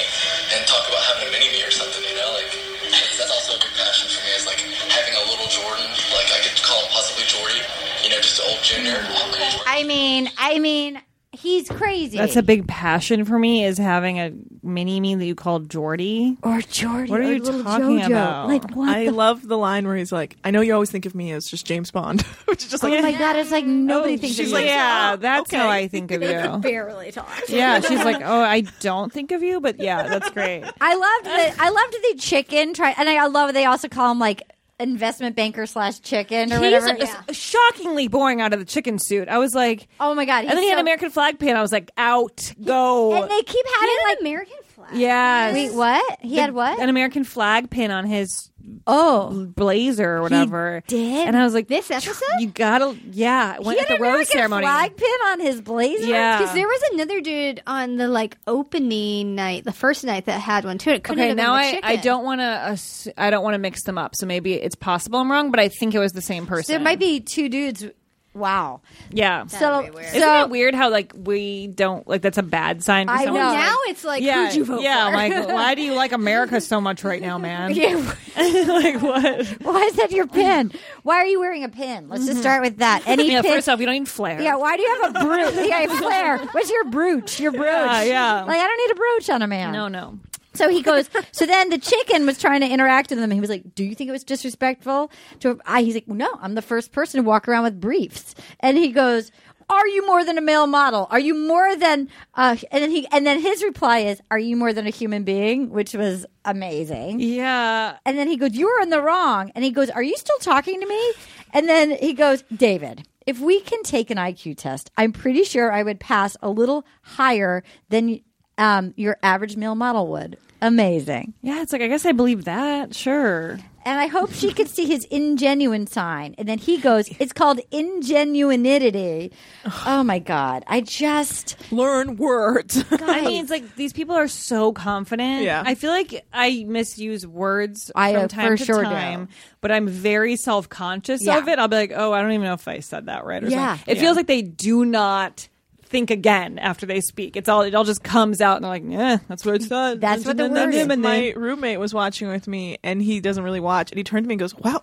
and talk about having a mini me or something, you know? Like, that's, that's also a big passion for me is like having a little Jordan. Like, I could call him possibly Jordy, you know, just an old junior. I'll be Jordan. I mean, I mean, he's crazy. That's a big passion for me is having a mini me that you call Jordy. or Jordy. What are or you little talking JoJo. about? Like what? I the- love the line where he's like, "I know you always think of me as just James Bond," which is just like, oh my god! It's like nobody Oh, thinks she's of like, you. yeah, Oh, that's how okay. I think of you. barely talk. Yeah, she's like, oh, I don't think of you, but yeah, that's great. I loved the I loved the chicken try, and I, I love they also call him like investment banker slash chicken or He's whatever. uh, shockingly boring out of the chicken suit. I was like, Oh my god! and then he he's had an so- American flag pin. I was like, out, go. and they keep having had like an American flag. yes. wait what? He had what? An American flag pin on his oh, blazer or whatever. did? And I was like, This episode? You gotta, yeah. Went he had at the an rose American ceremony. flag pin on his blazer. Yeah. Because there was another dude on the like opening night, the first night that had one too. It couldn't Okay, have now been the I, I chicken. don't want to I don't want to mix them up. So maybe it's possible I'm wrong, but I think it was the same person. So there might be two dudes. Wow. yeah. So be weird. so Isn't that weird how like we don't like that's a bad sign for I someone? know. who's, Now like, it's like yeah, who'd you vote yeah. for? Like, why do you like America so much right now, man? Yeah. like what? Why is that your pin? Why are you wearing a pin? Let's just start with that. Any Yeah. pin? First off, you don't need flair. yeah. Why do you have a brooch? yeah, flare. What's your brooch? Your brooch. Yeah, yeah. Like I don't need a brooch on a man. No. No. So he goes. so then the chicken was trying to interact with him. He was like, "Do you think it was disrespectful?" To I, he's like, "No, I'm the first person to walk around with briefs." And he goes, "Are you more than a male model? Are you more than?" Uh, and then he, and then his reply is, "Are you more than a human being?" Which was amazing. Yeah. And then he goes, You were in the wrong. And he goes, Are you still talking to me? And then he goes, David, if we can take an IQ test, I'm pretty sure I would pass a little higher than um, your average male model would. Amazing. Yeah. It's like I guess I believe that. Sure. and I hope she could see his ingenuine sign. And then he goes, "It's called ingenuinity." oh my god! I just Learn words. I mean, it's like these people are so confident. Yeah. I feel like I misuse words I, from uh, time for to sure do. time, but I'm very self conscious Yeah. of it. I'll be like, oh, I don't even know if I said that right. Or Yeah. something. It feels like they do not think again after they speak. It's all it all just comes out, and they're like, yeah, that's what it said. That's what the word is. And my they- roommate was watching with me and he doesn't really watch and he turned to me and goes wow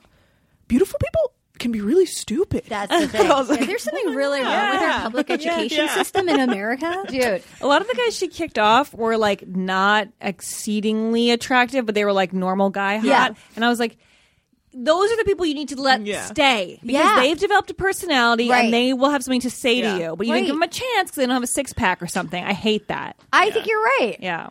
beautiful people can be really stupid that's the thing. I was Yeah, like, there's something really wrong with Yeah. our public education yeah. system in America. Dude, A lot of the guys she kicked off were like not exceedingly attractive, but they were like normal guy hot. Yeah. And I was like, those are the people you need to let Yeah. stay because Yeah. they've developed a personality Right. and they will have something to say Yeah. to you, but you didn't give them a chance because they don't have a six pack or something. I hate that. I think you're right. Yeah.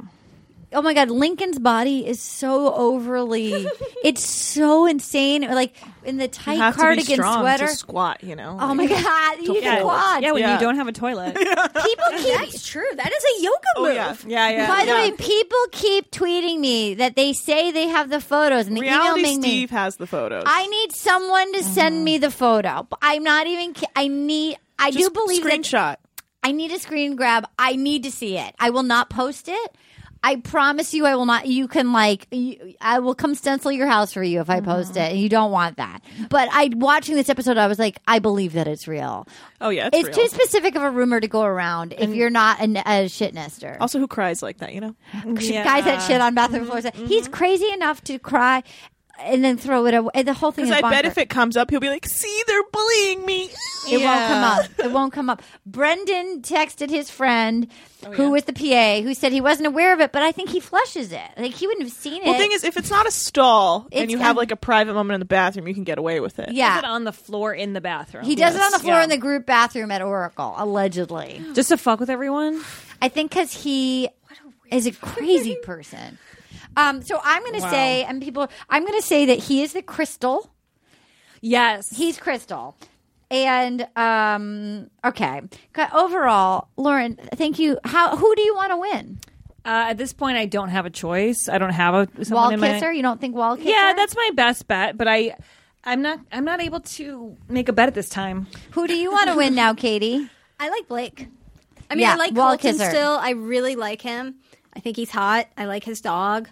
oh my god lincoln's body is so overly it's so insane like in the you tight have to be cardigan strong sweater to squat you know oh my god you Yeah. can quad Yeah, when Yeah. you don't have a toilet. People keep. That's true. That is a yoga Oh, move. yeah. yeah, yeah. by the way people keep tweeting me that they say they have the photos and they reality emailing me steve has the photos i need someone to send Mm. me the photo But i'm not even ki- i need i do Just believe that screenshot I need a screen grab. I need to see it. I will not post it. I promise you, I will not. You can like, you, I will come stencil your house for you if I post Mm-hmm. it, and you don't want that. But I watching this episode, I was like, I believe that it's real. oh yeah it's, It's, real. too specific of a rumor to go around if you're not an, a shit nester. also Mm-hmm. who cries like that you know Mm-hmm. Guys that shit on bathroom floors. He's crazy enough to cry and then throw it away. The whole thing. because Is i bet bonkers. if it comes up he'll be like see they're bullying me It Yeah. won't come up. It won't come up. Brendan texted his friend, Oh, who was the PA, who said he wasn't aware of it, but I think he flushes it. Like he wouldn't have seen it. well thing is if it's not a stall It's and you have a- like a private moment in the bathroom you can get away with it Does yeah, it on the floor in the bathroom. he does it on the floor Yeah. in the group bathroom at Oracle, allegedly. Just to fuck with everyone. I think because he is a crazy person. Um, so I'm going to say, and people, I'm going to say that he is the crystal. Yes. He's crystal. And um, okay, Co- overall, Lauren, thank you. How who do you want to win? uh, at this point, I don't have a choice. I don't have a someone Wall in my- kisser? You don't think wall kisser? Yeah, that's my best bet, but I I'm not I'm not able to make a bet at this time. Who do you want to win now, Katie? I like Blake. I mean, Yeah, I like wall Colton kisser. still. I really like him. I think he's hot. I like his dog.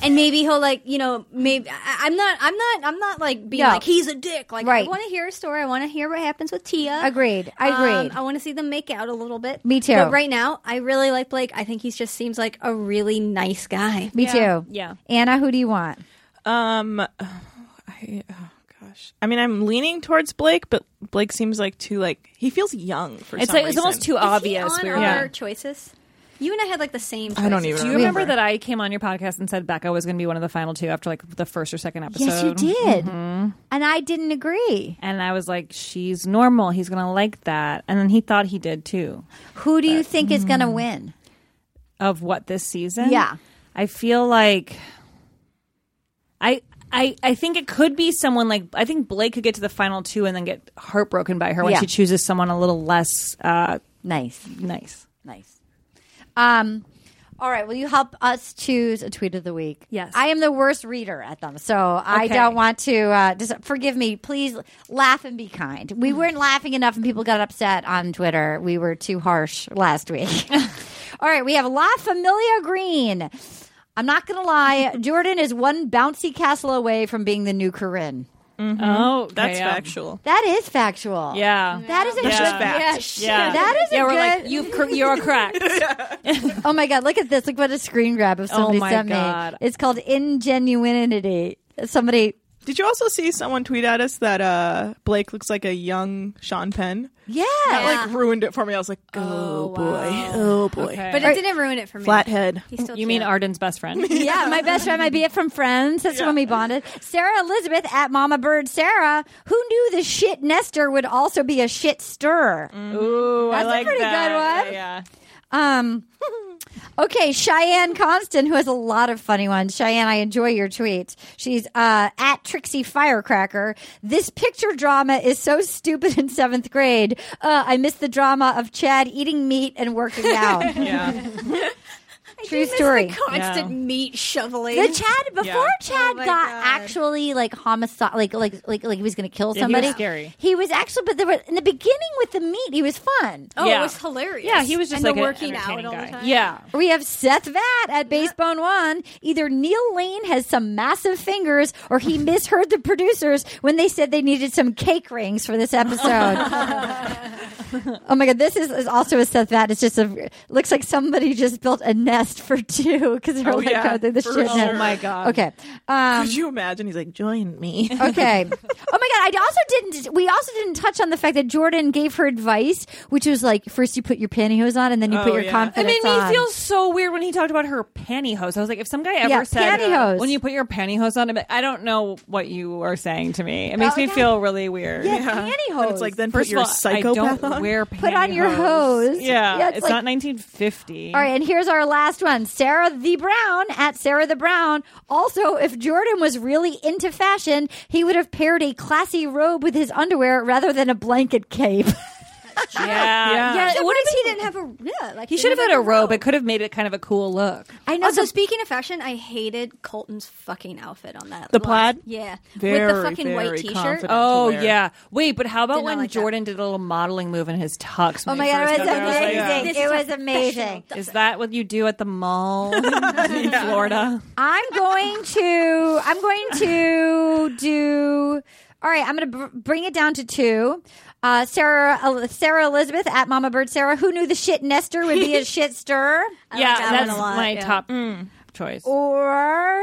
And maybe he'll like you know maybe I, I'm not I'm not I'm not like being No. like he's a dick like Right. I want to hear a story I want to hear what happens with Tia Um, Agreed. I agreed. I want to see them make out a little bit Me too. but right now I really like Blake I think he just seems like a really nice guy Me Yeah. too. Yeah. Anna, who do you want? Um, I oh gosh, I mean, I'm leaning towards Blake, but Blake seems like too like he feels young for It's some like it's almost reason. too Is he obvious. on we were- our Yeah. choices you and I had like the same choices. I don't even. Do you remember that I came on your podcast and said Becca was going to be one of the final two after like the first or second episode? Mm-hmm. Yes, you did. And I didn't agree. And I was like, she's normal. He's going to like that. And then he thought he did too. Who do you think is going to win? Of what this season? Yeah. I feel like I. I, I think it could be someone like I think Blake could get to the final two and then get heartbroken by her when Yeah. she chooses someone a little less uh, Nice. nice. Nice. Um, all right. Will you help us choose a tweet of the week? Yes. I am the worst reader at them, so I Okay. don't want to. Uh, just forgive me. Please laugh and be kind. Hmm. We weren't laughing enough, and people got upset on Twitter. We were too harsh last week. all right. We have La Familia Green. I'm not going to lie. Jordan is one bouncy castle away from being the new Corinne. Oh, That's factual. That is factual. Yeah. That is a That's good fact. yeah sure. Yeah. That is a yeah, we're good- like you've cor- you're correct. Oh my god, look at this. Look what a screen grab of somebody Oh my sent God. me. It's called Ingenuinity. Somebody Did you also see someone tweet at us that uh Blake looks like a young Sean Penn? Yeah. Yeah. Like ruined it for me. I was like, oh, boy, oh boy, but it didn't ruin it for me flathead. He's still You mean cute. Arden's best friend? yeah, my best friend might be it from Friends. That's when we bonded. Sarah Elizabeth at Mama Bird Sarah, who knew the shit nester would also be a shit stirrer. Ooh, That's a pretty good one. Yeah, Um, okay, Cheyenne Constant, who has a lot of funny ones. Cheyenne, I enjoy your tweets. She's uh, at Trixie Firecracker. This picture drama is so stupid in seventh grade. Uh, I miss the drama of Chad eating meat and working out. Yeah, True story. The constant meat shoveling. The Chad before Chad Oh my got God. actually like homicide, like like like like he was going to kill he was somebody. scary. He was actually, but there were in the beginning with the meat. He was fun. oh, Yeah. it was hilarious. Yeah, he was just and like the a working out entertaining all the guy. time. Yeah, We have Seth Vat at Basebone One. Either Neil Lane has some massive fingers, or he misheard the producers when they said they needed some cake rings for this episode. oh my god, this is, is also a Seth Vat. It's just a looks like somebody just built a nest for two because they're Oh, like, yeah, oh, the for shit. sure. nest. Oh my God. Okay. Um, Could you imagine? He's like, join me. okay. Oh my god! I also didn't. We also didn't touch on the fact that Jordan gave her advice, which was like, first you put your pantyhose on, and then you Oh, put your yeah. It confidence made me on. feel so weird when he talked about her pantyhose. I was like, if some guy ever Yeah, said uh, pantyhose. when you put your pantyhose on, I'm like, I don't know what you are saying to me. It makes me Okay. feel really weird. yeah, And pantyhose. it's like then First put your of all, I psychopath don't on. wear Put on your pantyhose. hose. Yeah, Yeah, it's it's, like- not 1950. All right, and here's our last one. Sarah the Brown at Sarah the Brown. Also, if Jordan was really into fashion, he would have paired a classy robe with his underwear rather than a blanket cape. Yeah, yeah. Yeah, what if he didn't have a yeah? Like He should have had a robe. It could have made it kind of a cool look. I know. Also, the- speaking of fashion, I hated Colton's fucking outfit on that. The last- plaid? yeah, with the Very, fucking white very T-shirt. confident. Oh, Oh wear. yeah. Wait, but how about Did not when like that. Jordan did a little modeling move in his tux? oh when my he god, first it was got there? I was like, amazing. This It is was professional. amazing. Does Is that what you do at the mall in Florida? I'm going to. I'm going to do. All right, I'm going to br- bring it down to two. Uh, Sarah, El- Sarah Elizabeth at Mama Bird Sarah. Who knew the shit nester would be a shit stir? yeah, that one that's a lot, my yeah. top Mm. choice. Or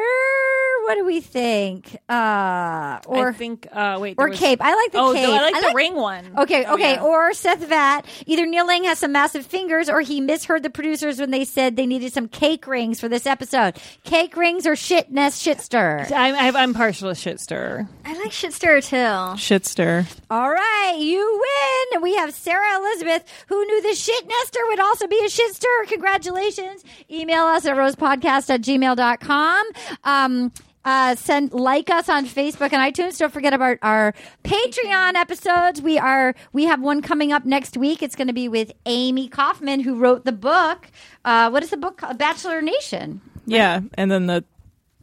what do we think? Uh, or I think uh, wait, there or was- cape. I like the oh, cape. I like I the like- ring one. Okay, Oh, okay. yeah. Or Seth Vat. Either Neil Lang has some massive fingers, or he misheard the producers when they said they needed some cake rings for this episode. Cake rings or shit nest shit stir. I'm, I'm- I'm partial to shit stir. I like shit stir too. Shitster. All right, you win. We have Sarah Elizabeth, who knew the shit nester would also be a shit stirrer. Congratulations. Email us at rosepodcast at gmail.com. Um, uh, send like us on Facebook and iTunes. Don't forget about our Patreon episodes. We are we have one coming up next week. It's going to be with Amy Kaufman, who wrote the book. Uh, what is the book called? Bachelor Nation. Yeah, and then the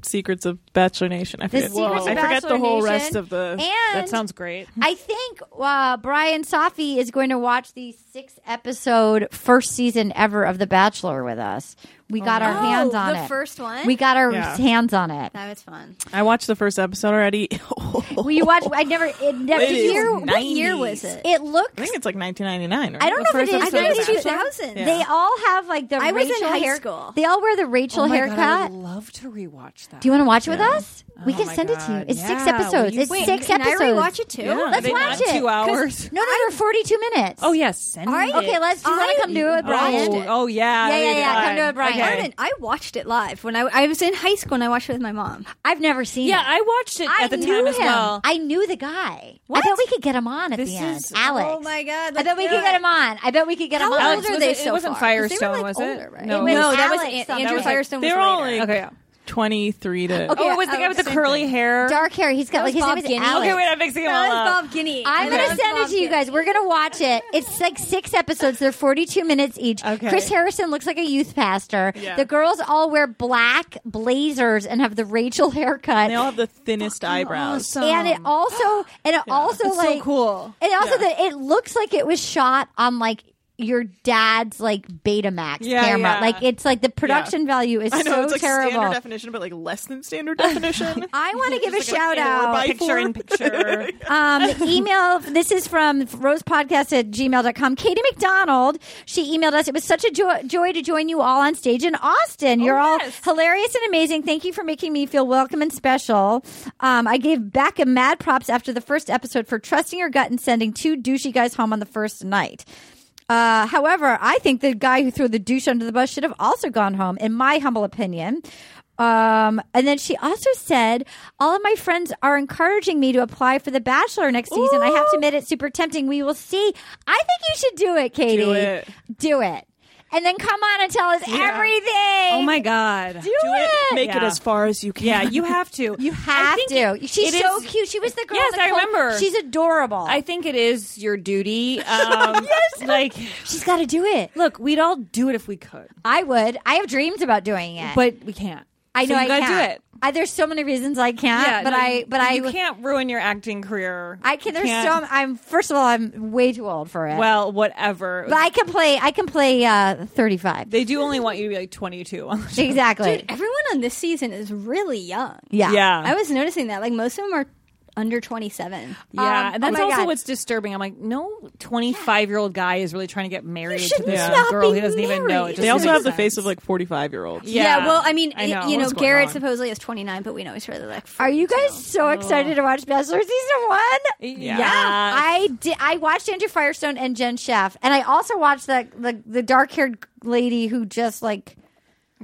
secrets of Bachelor Nation. I The forget. Secrets I of forget Bachelor the whole Nation. rest of the. And That sounds great. I think uh, Brian Safi is going to watch the six episode first season ever of The Bachelor with us. We got our God. hands Oh, on the it. first one? We got our Yeah. hands on it. That was fun. I watched the first episode already. Will you watch? I never. It never. Ladies, year, nice. What year was it? it looks. I think it's like 1999. Right? I don't know if it is. I think it was but 2000. Yeah. They all have like the. I was in Rachel high hair- school. They all wear the Rachel oh my haircut. God, I would love to rewatch that. Do you want to watch it with us? we Oh can my send it to you. God. It's six Yeah, will episodes. you It's please? six Can episodes. I rewatch it too? Yeah. Let's They watch not it. two hours? No, no, no. Forty-two minutes. Oh yes, send All right. it. Okay, let's. Do you want to Mm-hmm. I- come do it, Brian? Oh, oh yeah, Yeah, that'd yeah, be yeah, come fun. do it, Brian. Okay. Arden, I watched it live when I, I was in high school and I watched it with my mom. I've never seen Yeah, it. I watched it I at the knew time him. as well. I knew the guy. I What? bet we could get him on at This the end. is- Alex. Oh my God, I bet let's we do could get it. him on. I bet we could get him on. How Alex, old are was they it- it so wasn't far? 'Cause Firestone, they were, like, was it? Older, right? No. It was no, that was Alex An- something. Andrew That was- Firestone. Was They're later. only Okay, yeah. 23 to. Okay, oh, it oh, was the oh, guy with the same curly hair. Dark hair. He's got That like was his Bob name is Guinea. Alex. Okay, wait, I'm mixing them That all was up. Bob Guinea. I'm That gonna was send it Bob to you Guinea. guys. We're gonna watch it. It's like six episodes. They're 42 minutes each. Okay. Chris Harrison looks like a youth pastor. Yeah. The girls all wear black blazers and have the Rachel haircut. They all have the thinnest eyebrows. and Um, it also and it also That's so like cool. And also Yeah. that it looks like it was shot on like your dad's like Betamax Yeah, camera. yeah. Like it's like the production value is I know so it's like standard terrible. definition, but like less than standard definition. I want to give a Just like shout four out. by Picture four. in picture. Um, email, this is from rosepodcast at gmail.com. Katie McDonald, she emailed us. It was such a joy, joy to join you all on stage in Austin. You're all hilarious and amazing. Thank you for making me feel welcome and special. Um, I gave back a mad props after the first episode for trusting your gut and sending two douchey guys home on the first night. Uh, however, I think the guy who threw the douche under the bus should have also gone home, in my humble opinion. Um, and then she also said, All of my friends are encouraging me to apply for The Bachelor next season. I have to admit, it's super tempting. We will see. I think you should do it, Katie. it. Do it. and then come on and tell us everything. Oh my god. do, it. Make it Yeah. as far as you can. Yeah, you have to. You have to. She's so cute. She was the girl. Yes, in the I cold- remember. She's adorable. I think it is your duty. Um, like, She's got to do it. look, we'd all do it if we could, I would. I have dreams about doing it, but we can't. I know so you I gotta can't. do it. I, there's so many reasons I can't, but no, I, but I, you can't ruin your acting career. I can. You There's can't- so. I'm first of all, I'm way too old for it. well, whatever. but I can play. I can play uh, 35. they do only want you to be like 22. on the show. exactly. Dude, everyone on this season is really young. yeah. Yeah. I was noticing that. Like most of them are under 27. Yeah, Um, and oh that's my also God. what's disturbing. I'm like, no 25 year old guy is really trying to get married to should this not girl. be He doesn't even know. It married. just They also doesn't have the make face sense. of like 45 year olds. Yeah. well, I mean, I it- know. you know, What's going Garrett on? supposedly is 29, but we know he's really like. Are you 42. guys Oh. so excited to watch Bachelor season one? Yeah. I did. I watched Andrew Firestone and Jen Chef, and I also watched the the, the dark haired lady who just like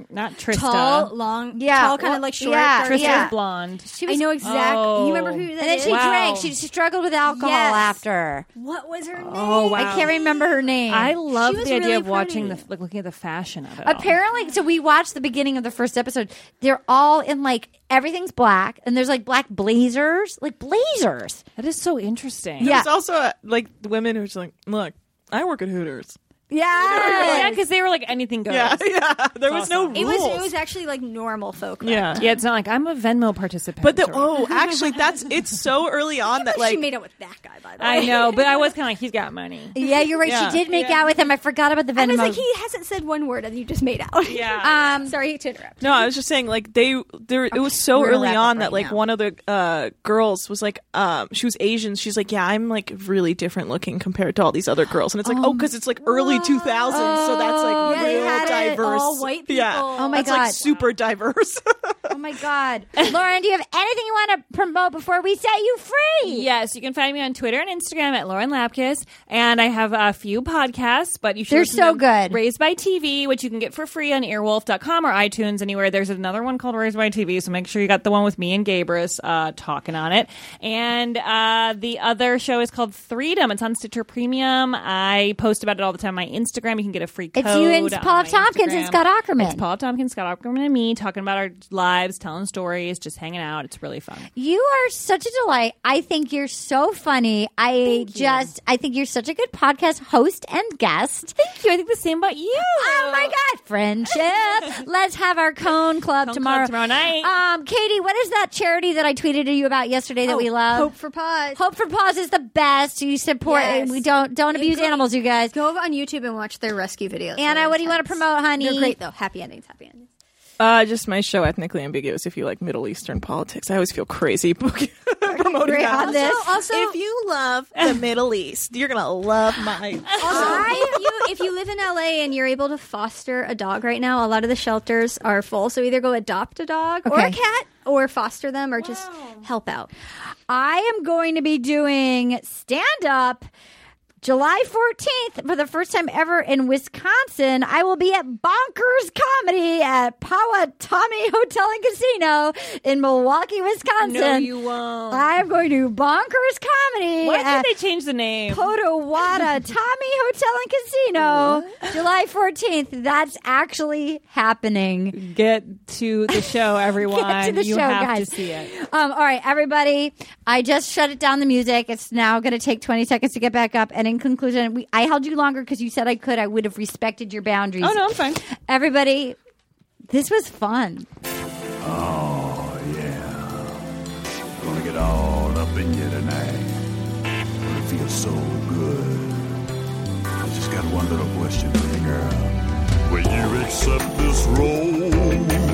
not Trista. tall, long, Yeah, tall, kind well, of like short, yeah, dark Trista's hair. yeah. blonde. She I know exactly. Oh. You remember who and that then is? she Wow. drank. She, she struggled with alcohol Yes. after. What was her name? Oh, wow. I can't remember her name. I love was the idea really of watching the pretty. like looking at the fashion of it. all. Apparently, so we watched the beginning of the first episode. They're all in like everything's black, and there's like black blazers, like blazers. that is so interesting. Yeah. There's also uh, like the women who are just like, look, I work at Hooters. yeah, Yeah, because they were like anything goes. Yeah, yeah. There was no awesome. rules. It was. It was actually like normal folk. back yeah. then. Yeah, it's not like I'm a Venmo participant. But the or- oh, actually, that's it's so early on that she like made out with that guy by the way. I know, but I was kind of like, he's got money. yeah, you're right. Yeah. She did make out with him. I forgot about the I Venmo. was like, he hasn't said one word, and you just made out. Yeah. Um, sorry to interrupt. No, I was just saying, like they there. It was so we're gonna early wrap on up that right like now. one of the uh, girls was like, um, she was Asian. She's like, yeah, I'm like really different looking compared to all these other girls, and it's like, oh, because it's like early 2000s, so that's like Oh, Yeah, they real had it diverse. all white Yeah, people. Oh my that's God. like super diverse. oh my god, Lauren, do you have anything you want to promote before we set you free? Yes, you can find me on Twitter and Instagram at Lauren Lapkus, and I have a few podcasts, but you should They're listen so to good. Raised by TV, which you can get for free on earwolf.com or iTunes anywhere. There's another one called Raised by TV, so make sure you got the one with me and Gabrus uh, talking on it. And uh, the other show is called Freedom. It's on Stitcher Premium. I post about it all the time on my Instagram. You can get a free code. It's you and on Paula my Tompkins and Instagram. Scott Ackerman. It's Paula Tompkins, Scott Ackerman, and me talking about our lives, telling stories, just hanging out. It's really fun. You are such a delight. I think you're so funny. I just, I think you're such a good podcast host and guest. Thank I think the same about you. Oh my God, friendship. Let's have our cone club Cone club tomorrow. tomorrow night. Um, Katie, what is that charity that I tweeted at you about yesterday that we love? Oh, Hope for pause. Hope for Paws is the best. You support Yes. it. We don't don't abuse Including- animals, you guys. Go on YouTube and watch their rescue videos. Anna, They're what do you want to intense. promote, honey? They're great though. Happy endings. Happy endings. uh, just my show, ethnically ambiguous. If you like Middle Eastern politics, I always feel crazy promoting Great that. on this. Also, if you love the Middle East, you're gonna love my. Oh. Also, if you if you live in LA and you're able to foster a dog right now, a lot of the shelters are full. So either go adopt a dog or a Okay. cat, or foster them, or just help out. I am going to be doing stand up July 14th for the first time ever in Wisconsin. I will be at Bonkers Comedy at Powhatami Hotel and Casino in Milwaukee, Wisconsin. won't. I am going to Bonkers Comedy. Why at- did they change the name? Potawatomi Hotel and Casino, July 14th. That's actually happening. Get to the show, everyone. Get to the you show, have guys. to see it. Um, all right, everybody. I just shut it down the music. It's now going to take 20 seconds to get back up. And in conclusion, we, I held you longer because you said I could. I would have respected your boundaries. Oh no, I'm fine. Everybody, this was fun. Gonna get all up in you tonight. Gonna feel so good. I just got one little question for you, girl. Will you accept this role? Oh, Oh.